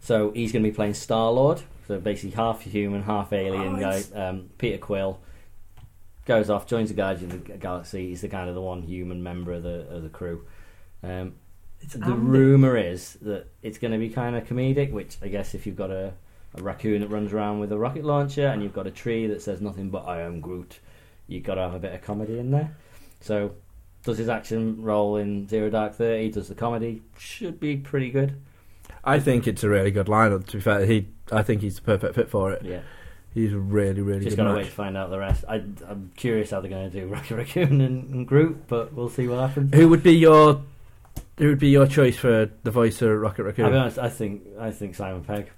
B: So he's going to be playing Star Lord. So basically, half human, half alien guy.
D: Nice.
B: Um, Peter Quill goes off, joins the Guardians of the Galaxy. He's the kind of the one human member of the of the crew. Um,
D: it's
B: the
D: Andy.
B: rumor is that it's going to be kind of comedic, which I guess if you've got a, a raccoon that runs around with a rocket launcher and you've got a tree that says nothing but "I am Groot," you've got to have a bit of comedy in there. So, does his action role in Zero Dark Thirty? Does the comedy should be pretty good?
C: I think it's a really good lineup. To be fair, he, I think he's the perfect fit for it.
B: Yeah,
C: He's a really, really
B: just
C: good
B: gotta
C: match.
B: wait to find out the rest. I, I'm curious how they're going to do Rocket Raccoon and, and Groot, but we'll see what happens.
C: Who would be your, who would be your choice for the voice of Rocket Raccoon?
B: I'll be honest. I think I think Simon Pegg.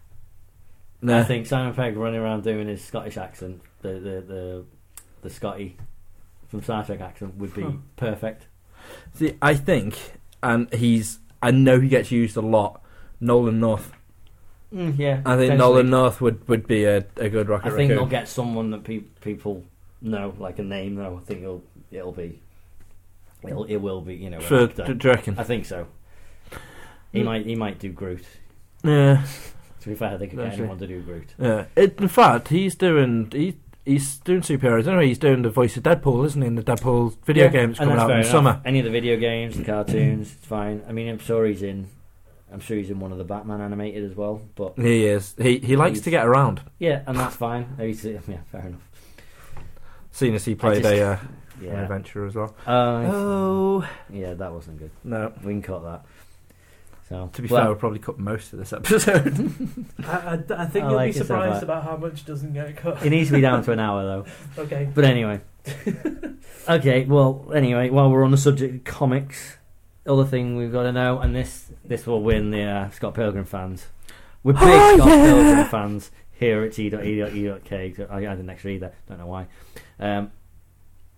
C: Nah.
B: I think Simon Pegg running around doing his Scottish accent, the the the, the Scotty from Star Trek accent would be
D: Huh.
B: perfect.
C: See, I think, and he's, I know he gets used a lot. Nolan North.
B: Mm, yeah,
C: I think
B: potentially.
C: Nolan North would, would be a, a good
B: I
C: Rocket
B: think
C: Raccoon.
B: they'll get someone that pe- people know, like a name. Though I think it'll it'll be it'll, it will be you know. an
C: for,
B: actor.
C: do, do you reckon?
B: I think so. He
C: Mm.
B: might he might do Groot.
C: Yeah.
B: To be fair, they could get
C: Actually.
B: anyone to do Groot.
C: Yeah. Uh, It, in fact, he's doing he he's doing superheroes. Anyway, he's doing the voice of Deadpool, isn't he? In the Deadpool video
B: Yeah,
C: game that's
B: and
C: coming out
B: fair
C: in the
B: enough.
C: summer.
B: Any of the video games, the cartoons, it's fine. I mean, I'm sure he's in. I'm sure he's in one of the Batman animated as well, but
C: He is. He he likes
B: He's-
C: to get around.
B: yeah, and that's fine. He's, yeah, fair enough.
C: Seeing as he played
B: just-
C: a uh, an
B: Yeah,
C: adventurer as well.
B: uh,
C: Oh
B: yeah, that wasn't good.
C: no.
B: We can cut that. So
C: To be
B: well,
C: fair, we'll probably cut most of this episode.
D: I, I, I think
B: I
D: you'll
B: like
D: be
B: yourself,
D: surprised
B: right?
D: about how much doesn't get cut.
B: it needs to be down to an hour though.
D: Okay.
B: But anyway, okay. Well, anyway, while we're on the subject of comics, other thing we've got to know, and this this will win the uh, Scott Pilgrim fans. We're big
C: Oh,
B: Scott
C: yeah!
B: Pilgrim fans here at E t.e.e.k. I I didn't actually either. E Don't know why. Um,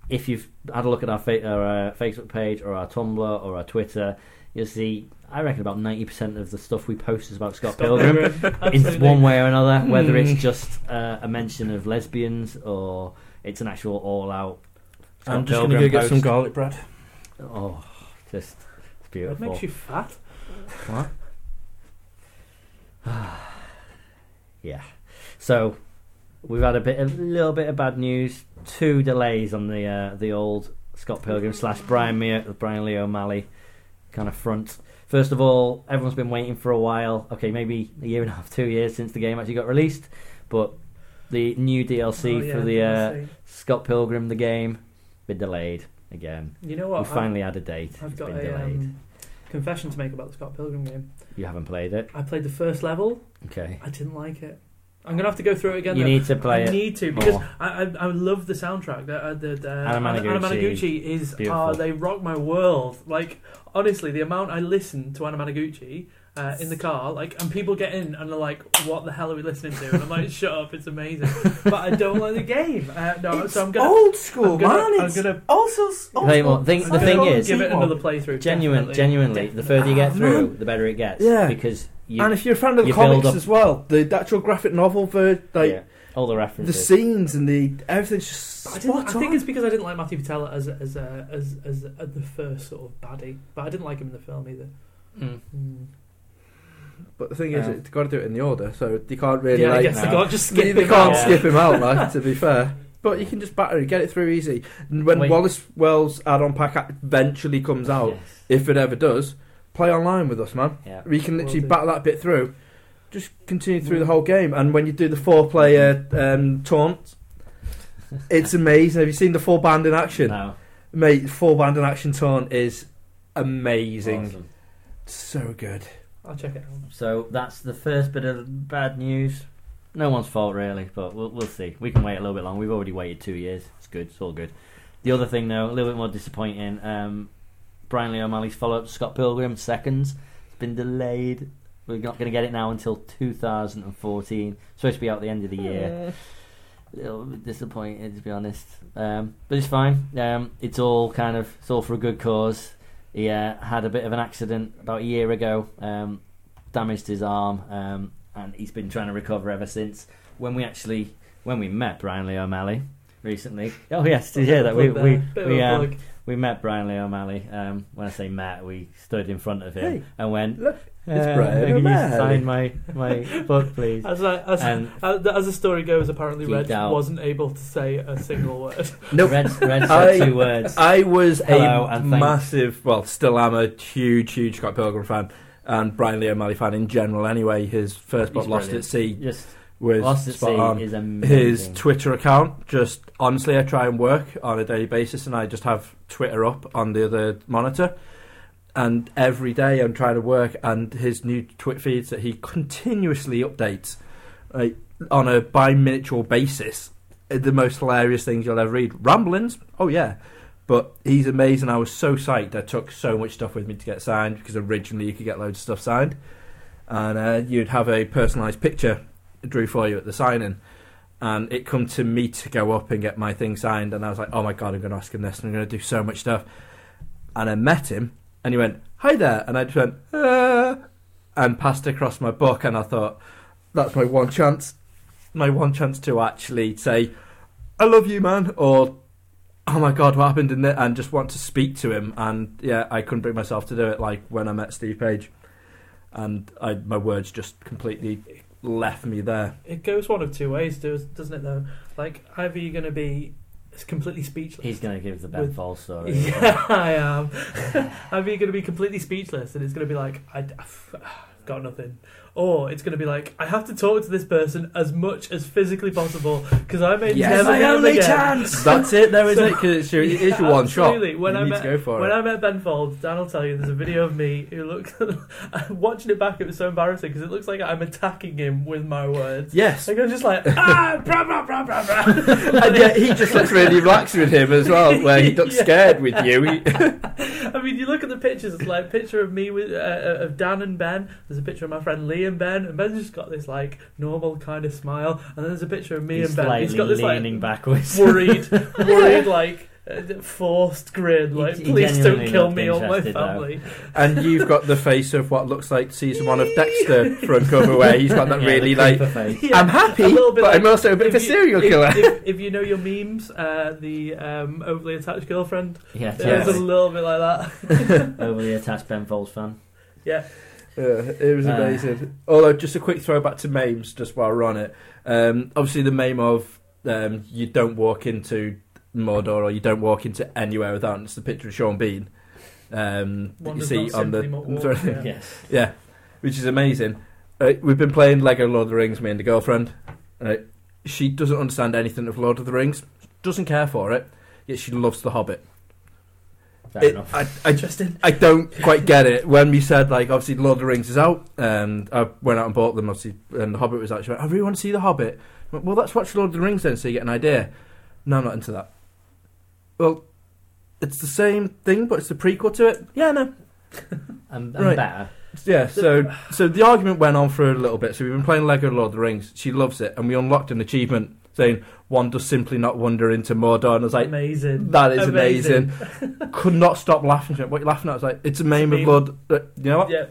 B: if you've had a look at our, fa- our uh, Facebook page or our Tumblr or our Twitter, you'll see. I reckon about ninety percent of the stuff we post is about Scott
D: Scott
B: Pilgrim in
D: Absolutely.
B: one way or another, whether
C: Hmm.
B: it's just uh, a mention of lesbians or it's an actual all-out.
C: I'm
B: Scott
C: just gonna
B: Pilgrim
C: go get some
B: post.
C: garlic bread.
B: Oh, just it's
D: It
B: beautiful.
D: makes you fat.
C: What?
B: yeah. So we've had a bit of little bit of bad news. Two delays on the uh, the old Scott Pilgrim slash Brian Mea, Brian Lee O'Malley kind of front. First of all, everyone's been waiting for a while. Okay, maybe a year and a half, two years since the game actually got released, but the new DLC
D: Oh, yeah,
B: for the
D: I
B: uh,
D: see.
B: Scott Pilgrim the game been delayed again.
D: You know what?
B: we finally had a date.
D: I've, I've
B: It's
D: got
B: been
D: a
B: delayed.
D: um, confession to make about the Scott Pilgrim game.
B: You haven't played it.
D: I played the first level.
B: Okay.
D: I didn't like it. I'm gonna have to go through it again.
B: You
D: though.
B: need to play
D: I
B: it.
D: need to because
B: more.
D: I, I I love the soundtrack. The, uh, the, the
B: Anna
D: Anna
B: Managuchi.
D: Managuchi is
B: Beautiful.
D: ah they rock my world. Like honestly, the amount I listen to Anna Managuchi uh, in the car, like and people get in and they're like, "What the hell are we listening to?" And I'm like, "Shut up, it's amazing." But I don't like the game. Uh, no, so I'm gonna
G: old school,
D: I'm gonna-
G: man.
D: I'm
G: It's
D: gonna-
G: also old
B: Hey,
G: school.
B: well, think-
G: It's
B: the
D: I'm
G: like
B: thing
D: gonna
G: old
B: is-
D: give it
G: school.
D: another playthrough.
B: Genuine,
D: definitely.
B: genuinely, the further you get
G: Ah,
B: through, the better it gets.
C: Yeah.
B: Because you,
C: and if you're a fan of the
B: you build
C: comics
B: up-
C: as well, the actual graphic novel for like
B: yeah, all the
C: the
B: references.
C: scenes and the everything's just
D: But I,
C: spot
D: didn't, I
C: on.
D: think it's because I didn't like Matthew Patella as as uh, as as, uh, the first sort of baddie, but I didn't like him in the film either.
B: Mm.
C: Hmm.
D: Mm.
C: but the thing is,
B: Yeah.
C: it's got to do it in the order, so you can't really
D: yeah, I
C: like
D: guess they
B: no.
D: can't just skip.
C: they
D: him
C: can't
D: out.
C: skip him out, like to be fair. But you can just batter it, get it through easy. And when
B: Wait.
C: Wallace Wells add-on pack eventually comes out,
B: Yes.
C: if it ever does, play online with us, man.
B: Yeah.
C: We can
D: Will
C: literally
D: do.
C: battle that bit through. Just continue through the whole game, and when you do the four-player um, taunt, it's amazing. Have you seen the four band in action,
B: No.
C: mate? Four band in action taunt is amazing,
B: Awesome.
C: so good.
D: I'll check it out.
B: So that's the first bit of bad news. No one's fault really, but we'll, we'll see. We can wait a little bit long. We've already waited two years. It's good. It's all good. The other thing though, a little bit more disappointing. Um, Brian Lee O'Malley's follow-up, Scott Pilgrim, seconds. It's been delayed. We're not going to get it now until 2014. supposed to be out the end of the year. A little bit disappointed to be honest, um, but it's fine. Um, it's all kind of it's all for a good cause. He uh, had a bit of an accident about a year ago, um, damaged his arm, um, and he's been trying to recover ever since. When we actually when we met Brian Lee O'Malley recently, oh yes, did you hear that? We
D: Plug
B: we
D: there. Bit of
B: we
D: a
B: um,
D: plug.
B: we met Brian Lee O'Malley. Um, when I say met, we stood in front of him
C: Hey,
B: and went,
C: look, it's
B: "Uh,
C: Brian
B: can you
C: O'Malley."
B: sign my my book, please?"
D: as, I, as,
B: And
D: as as the story goes, apparently
B: Geeked
D: Red
B: out.
D: wasn't able to say a single word.
C: Nope.
B: Red, Red
C: I-
B: said two words.
C: I was
B: Hello,
C: a
B: and thanks.
C: massive, well, still am a huge, huge Scott Pilgrim fan and Brian Lee O'Malley fan in general. Anyway, his first
B: He's
C: book, Lost at
B: brilliant.
C: Sea,
B: Just
C: was
B: Lost at
C: spot
B: Sea
C: on.
B: is amazing.
C: His Twitter account, just honestly, I try and work on a daily basis, and I just have Twitter up on the other monitor. And every day I'm trying to work, and his new Twitter feeds that he continuously updates like, on a bi miniature basis are the most hilarious things you'll ever read. Ramblings, oh yeah. But he's amazing. I was so psyched. I took so much stuff with me to get signed because originally you could get loads of stuff signed, and uh, you'd have a personalised picture drew for you at the signing. And it come to me to go up and get my thing signed, and I was like, "Oh my god, I'm going to ask him this, and I'm going to do so much stuff." And I met him, and he went, "Hi there," and I just went, "Uh," and passed across my book, and I thought, "That's my one chance, my one chance to actually say, I love you, man,' or oh my god, what happened in there? And just want to speak to him. And yeah, I couldn't bring myself to do it. Like when I met Steve Page, and I, my words just completely left me there.
D: It goes one of two ways, does- doesn't it? Though, like either you're going to be completely speechless.
B: He's going to give the Ben
D: With-
B: Fall story.
D: Yeah, I am. either you're going to be completely speechless, and it's going to be like I, have got nothing, or it's going to be like I have to talk to this person as much as physically possible because I may never get him again.
C: That's it, though, isn't
D: So-
C: it? Because it's your, it is
D: Yeah,
C: your one
D: absolutely.
C: shot.
D: When
C: you
D: I
C: need
D: met-
C: to go for
D: When
C: it.
D: I met Ben Fold, Dan will tell you there's a video of me who looks. watching it back, it was so embarrassing because it looks like I'm attacking him with my words.
C: yes.
D: Like I'm just like ah, brah, brah, brah, brah, brah.
C: and yeah, he just looks really relaxed with him as well, where he looks
D: Yeah.
C: scared with you. He,
D: I mean, you look at the pictures. It's like a picture of me with uh, uh, of Dan and Ben. There's a picture of my friend Lee and Ben, and Ben's just got this like normal kind of smile. And then there's a picture of me
B: He's
D: and Ben.
B: slightly
D: He's got this
B: leaning
D: like
B: backwards.
D: worried, worried like uh, forced grin.
B: He-
D: Like,
B: he
D: please don't
B: genuinely
D: kill
B: looked
D: me or my
B: interested, though.
D: family.
C: and you've got the face of what looks like season one of Dexter from cover, where he's got that
B: Yeah,
C: really
B: the
C: like
B: creeper face.
D: Yeah,
C: I'm happy,
D: a little bit
C: but
D: like-
C: I'm also a bit of a
D: if you-
C: serial
D: if-
C: killer.
D: If, if you know your memes, uh, the um, overly attached girlfriend,
B: Yeah,
D: it was a
B: totally.
D: little bit like that.
B: Overly attached Ben Folds fan.
C: Yeah, it was
B: Uh,
C: amazing. Although, just a quick throwback to memes, just while we're on it. Um, obviously, the meme of um, you don't walk into Mordor or you don't walk into anywhere without. It's the picture of Sean Bean um, that
D: One
C: you
D: does
C: see
D: not
C: on the.
D: simply not
C: on the-
D: walk, yeah.
B: Yes.
C: yeah, which is amazing. Uh, we've been playing Lego Lord of the Rings, me and the girlfriend. Uh, she doesn't understand anything of Lord of the Rings, doesn't care for it, yet she loves The Hobbit.
B: Fair
C: It-
B: enough.
C: I, I
D: Interesting.
C: I don't quite get it. When we said like obviously Lord of the Rings is out, um, I went out and bought them obviously, and The Hobbit was actually. "Oh, I really want to see The Hobbit. I went, well, let's watch Lord of the Rings then, so you get an idea. No, I'm not into that. Well, it's the same thing, but it's the prequel to it. Yeah, no,
B: I'm, I'm
C: Right.
B: better.
C: yeah. So, so the argument went on for a little bit. So we've been playing Lego Lord of the Rings. She loves it, and we unlocked an achievement saying one does simply not wander into Mordor. And I was like,
D: amazing.
C: that is amazing. Could not stop laughing. She went, What are you laughing at? I was like, it's a meme of
D: meme.
C: Lord. You know what?
D: Yeah,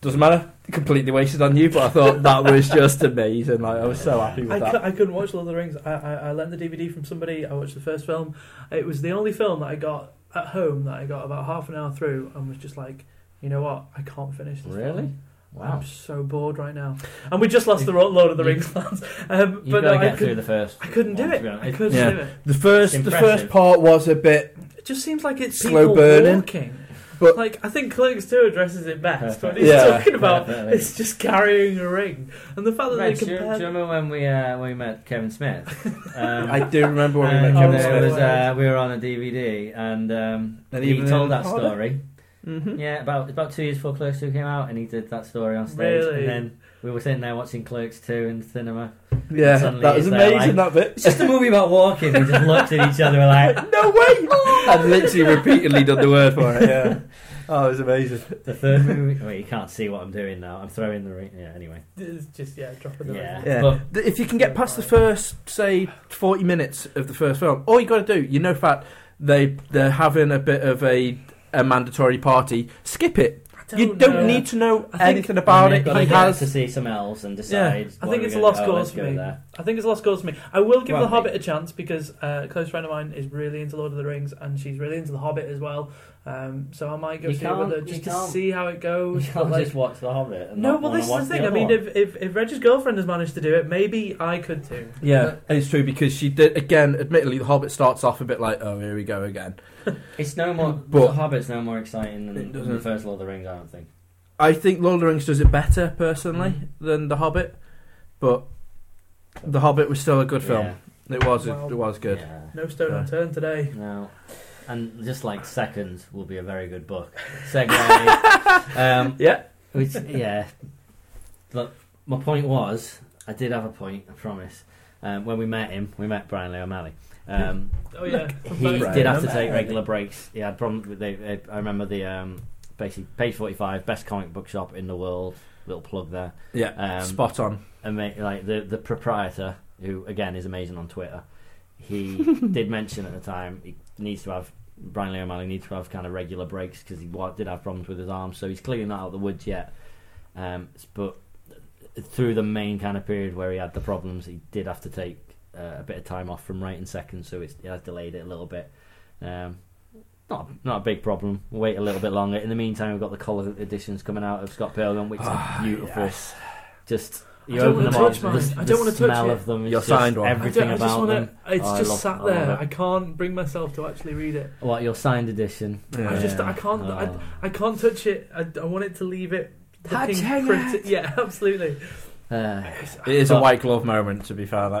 C: Doesn't matter. Completely wasted on you, but I thought that was just amazing. Like I was so happy
D: I,
C: with
D: cou-
C: that.
D: I couldn't watch Lord of the Rings. I, I, I lent the DVD from somebody. I watched the first film. It was the only film that I got at home that I got about half an hour through and was just like, you know what? I can't finish this.
B: Really?
D: film.
B: Wow.
D: I'm so bored right now. And we just lost the Ro- Lord of the
B: You-
D: Rings fans. Um,
B: You've
D: but
B: got
D: no,
B: to
D: I,
B: get through
D: could,
B: the first.
D: I couldn't do
B: one, to
D: it.
B: be
D: I
B: honest.
D: couldn't
C: Yeah.
D: do it.
C: The first, the first
B: Impressive.
C: part was a bit.
D: It just seems like it's
C: Slow
D: people
C: burning,
D: walking.
C: but-
D: like I think Clerks Two addresses it best. What he's
C: Yeah.
D: talking about
B: Perfectly.
D: it's just carrying a ring, and the fact that
B: Reg,
D: they
B: do, you, do you
D: compare.
B: remember when we uh, when we met Kevin Smith? Um,
C: I do remember when we
B: and
C: met Kevin
D: oh,
B: there was,
C: Smith.
B: uh, we were on a DVD, and um,
C: And
B: he
C: even
B: told
C: then-
B: that
C: Oh,
B: story.
C: Mhm.
B: Yeah, about about two years before Clerks Two came out, and he did that story on stage.
D: Really?
B: And then we were sitting there watching Clerks Two in the cinema.
C: Yeah,
B: Suddenly
C: that was
B: it's there,
C: amazing. that bit.
B: It's just a movie about walking. We just looked at each other like
C: no way! I've literally repeatedly done the word for it. Yeah. Oh, it was amazing.
B: the third movie. Wait, you can't see what I'm doing now. I'm throwing the ring. Yeah. Anyway.
D: It's just yeah, dropping the
B: Yeah.
C: Yeah.
B: But
C: Th- if you can get past the first, say, forty minutes of the first film, all you got to do, you know, that they they're having a bit of a, a mandatory party. Skip it.
D: ring.
C: you don't
D: know.
C: need to know
D: I think-
C: anything about
B: we've
C: it.
B: got to
C: He
B: get
C: has.
B: to see some else and decide.
D: I
B: what
D: think
B: we're
D: it's a
B: gonna-
D: lost
B: oh,
D: cause
B: let's
D: for
B: go
D: me.
B: there.
D: I think it's a lost cause for me. I will give
B: Well,
D: The Hobbit
B: maybe.
D: a chance because uh, a close friend of mine is really into Lord of the Rings and she's really into The Hobbit as well. Um, so I might go
B: You
D: see it with
B: can't-
D: her
B: you
D: just to
B: can't-
D: see how it
B: You
D: goes.
B: can't
D: but, like,
B: just watch The Hobbit. And
D: no,
B: not
D: well,
B: wanna
D: this
B: watch
D: is the thing. I
B: other
D: mean,
B: one.
D: if, if if Reg's girlfriend has managed to do it, maybe I could too.
C: Yeah, and it's true because she did again. Admittedly, the Hobbit starts off a bit like, "Oh, here we go again."
B: It's no more.
C: But-
B: the Hobbit's no more exciting than,
C: It
B: than
C: doesn't.
B: the first Lord of the Rings. I don't think.
C: I think Lord of the Rings does it better personally than the Hobbit, but the Hobbit was still a good film. It was.
D: Well,
C: it was good.
B: Yeah.
D: No stone
C: Yeah.
D: unturned today.
B: No. And just like seconds will be a very good book. Segue. um,
C: Yeah.
B: Which yeah. But my point was, I did have a point. I promise. Um, when we met him, we met Brian Lee O'Malley. Um,
D: Oh yeah,
B: he
C: Right.
B: did have to take regular breaks. He had problems with. They, they, I remember the um, basically page forty five, best comic book shop in the world. Little plug there.
C: Yeah.
B: Um,
C: Spot on.
B: And ma- like the the proprietor, who again is amazing on Twitter, he did mention at the time he needs to have Brian Lee O'Malley needs to have kind of regular breaks because he wa- did have problems with his arms, so he's clearly not out of the woods yet. Um, s- but uh, through the main kind of period where he had the problems, he did have to take uh, a bit of time off from writing seconds, so it's, it has delayed it a little bit. Um, not not a big problem. We'll wait a little bit longer. In the meantime, we've got the colour editions coming out of Scott Pilgrim, which
C: Ah,
B: is beautiful. Just you
D: I don't
B: open
D: wanna
B: them up,
D: touch
B: the,
D: mine.
B: the
D: I don't wanna touch
B: smell
D: it.
B: of them. is
C: You're
B: just
C: signed one. I
D: I,
B: Everything
D: don't- I just
B: about
D: want
B: them.
D: to. It's
B: Oh, I
D: just
B: love- I
D: sat
B: love
D: there.
B: it.
D: I can't bring myself to actually read it.
B: What your signed edition?
C: Yeah.
D: I just- I can't-
B: Oh.
D: I can't touch it. I, I want it to leave it.
C: Touch
D: looking
C: it.
D: pretty- Yeah, absolutely.
B: Uh,
C: It is a
B: But-
C: white glove moment, to be fair. Like,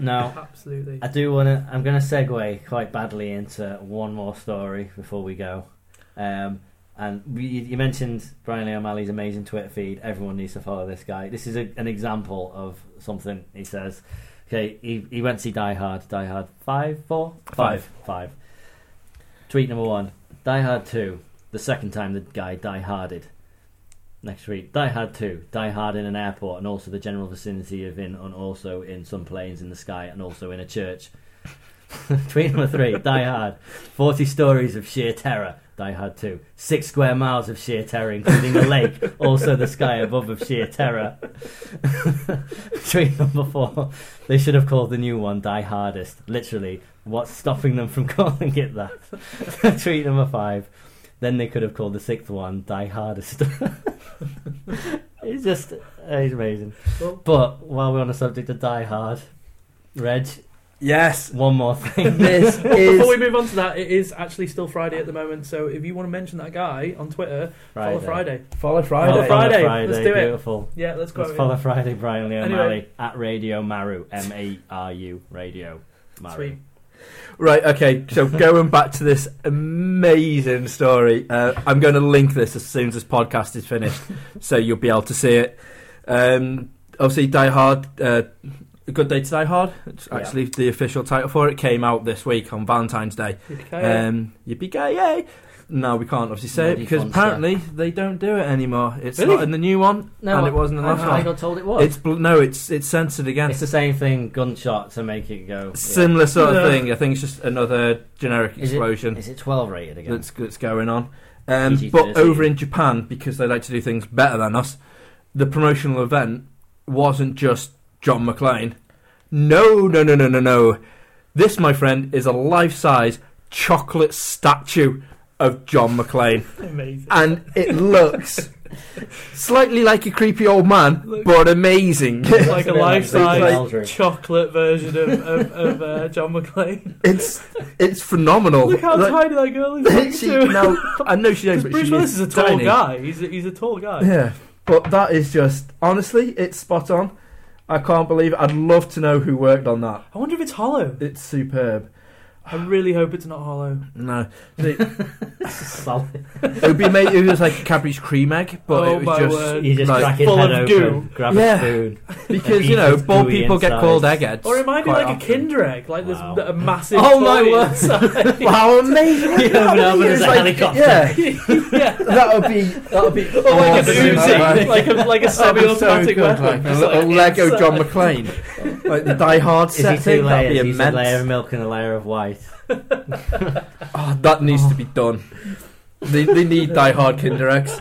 B: now
D: Absolutely.
B: I do want to. I'm going to segue quite badly into one more story before we go. Um, and we, you mentioned Brian Lee O'Malley's amazing Twitter feed. Everyone needs to follow this guy. This is a, an example of something he says. Okay, he, he went to see Die Hard. Die Hard five, four,
C: Five.
B: five. Tweet number one: Die Hard two. The second time the guy die harded. Next tweet: Die Hard two. Die Hard in an airport and also the general vicinity of in and also in some planes in the sky and also in a church. tweet number three: Die Hard. Forty stories of sheer terror. Die Hard two. Six square miles of sheer terror, including the lake, also the sky above of sheer terror. tweet number four: They should have called the new one Die Hardest. Literally, what's stopping them from calling it that? tweet number five then they could have called the sixth one Die Hardest. it's just uh, it's amazing.
D: Well-
B: But while we're on the subject of Die Hard, Reg,
C: yes,
B: one more thing.
C: this
D: Before we
C: is
D: move on to that, it is actually still Friday at the moment. So if you want to mention that guy on Twitter, follow Friday.
B: Follow
C: follow Friday.
D: Follow Friday.
B: Friday.
D: Let's do it.
B: Beautiful.
D: Yeah, let's go.
B: Let's follow Friday, Brian Lee O'Malley
D: Anyway.
B: at Radio Maru, M A R U, Radio Maru.
D: Sweet.
C: Right. Okay. So going back to this amazing story, uh, I'm going to link this as soon as this podcast is finished, so you'll be able to see it. Um, obviously, Die Hard. Uh, a good day to Die Hard. It's
B: Yeah.
C: actually the official title for it. Came out this week on Valentine's Day.
B: Oh,
D: Yippee-ki-yay.
C: Um, yippee ki yay! No, we can't obviously say
B: Bloody
C: it because
B: fun
C: apparently they don't do it anymore. It's
D: Really?
C: not in the new one, and it wasn't in the
B: I-
C: last
B: I
C: one.
B: got told it was.
C: It's bl- no, it's it's censored again.
B: It's the same thing, gunshot to make it go. yeah.
C: Similar sort of
D: No.
C: thing. I think it's just another generic
B: Is it-
C: explosion
B: Is it 12 rated again?
C: that's that's going on. Um,
B: PG-13.
C: but over in Japan, because they like to do things better than us, the promotional event wasn't just John McClane. No, no, no, no, no, no. This, my friend, is a life-size chocolate statue of John McClane,
D: Amazing.
C: and it looks slightly like a creepy old man,
D: Look-
C: but amazing.
D: It's like a
B: That's
D: life-size
B: Big Aldrin.
D: chocolate version of, of, of uh, John McClane.
C: It's it's phenomenal.
D: Look how
C: Like-
D: tiny that girl is. next
C: Oh, she,
D: to him.
C: now, I know she is,
D: 'Cause
C: but
D: Bruce
C: she
D: Willis is a tall
C: tiny.
D: guy. He's a, he's a tall guy.
C: Yeah, but that is just honestly, it's spot on. I can't believe it. I'd love to know who worked on that.
D: I wonder if it's hollow.
C: It's superb.
D: I really hope it's not hollow.
C: No,
B: Solid.
C: it would be amazing. It was like Cadbury's cream egg, but
D: Oh
C: it
D: my
C: was just
D: word.
B: You just
C: Like,
B: crack your
D: full
B: head
D: of
B: open,
D: goo.
B: grab
C: Yeah.
B: a spoon.
C: because
B: Eat
C: you know
B: its
C: bald
B: gooey
C: people get
B: inside.
C: called eggheads.
D: Or it might be
C: quite
D: like a
C: often.
D: Kinder Egg, like
B: Wow.
D: there's a massive.
C: Oh my
D: toy
C: word.
D: inside.
C: Wow, amazing!
B: You open it up and there's a helicopter.
C: Yeah,
D: yeah.
C: that would be that would be.
D: Or Oh, like an
C: awesome.
D: Uzi,
C: That would-
D: like a like a
C: that would be so
D: semi-automatic
C: good,
D: weapon.
C: like a
D: just,
C: little
D: like, uh,
C: Lego
D: inside.
C: John McClane, like the Die Hard
B: Is he
C: set
B: two
C: thing. That'd
B: layers?
C: be
B: He said layer
C: immense.
B: of milk and a layer of white.
C: Oh, that needs to be done. They, they need Die Hard Kinder Eggs.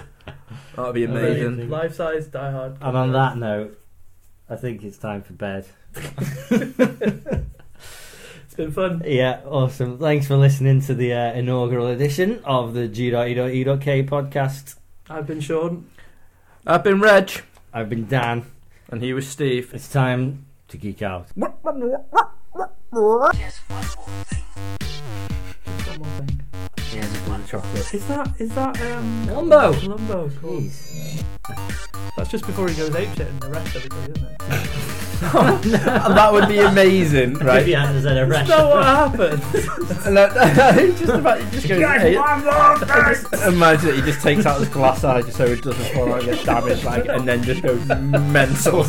C: That'd be amazing.
B: Amazing.
D: Life-size Die Hard.
B: And on that note, I think it's time for bed.
D: It's been fun.
B: Yeah, awesome. Thanks for listening to the uh, inaugural edition of the E G.E.E.K podcast.
D: I've been Sean.
C: I've been Reg,
B: I've been Dan.
C: and he was Steve.
B: It's time to geek out.
D: One more thing.
B: chocolate.
D: Is that is that um
B: Lumbo.
C: Oh,
D: Lumbo, cool. That's just before he goes ape shit and arrests everybody, isn't it?
C: that would be amazing,
B: Right.
C: right?
D: Is
C: Oh,
D: that what happened?
C: And that- just about, he just goes, hey. Imagine that he just takes out his glass eye just so it doesn't fall out and get damaged, like, and then just goes mental.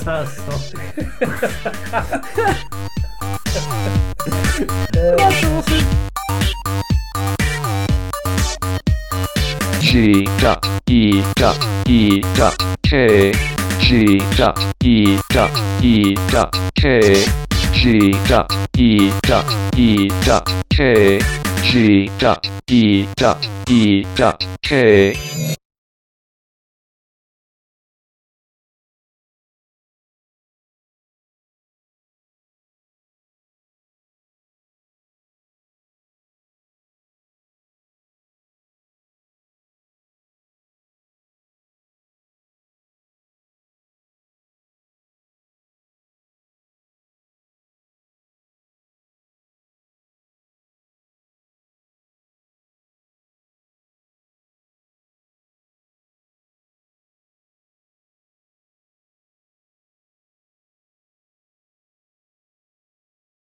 A: G dot E dot E dot K G dot E dot E dot K G dot E dot E dot K G dot E dot E dot K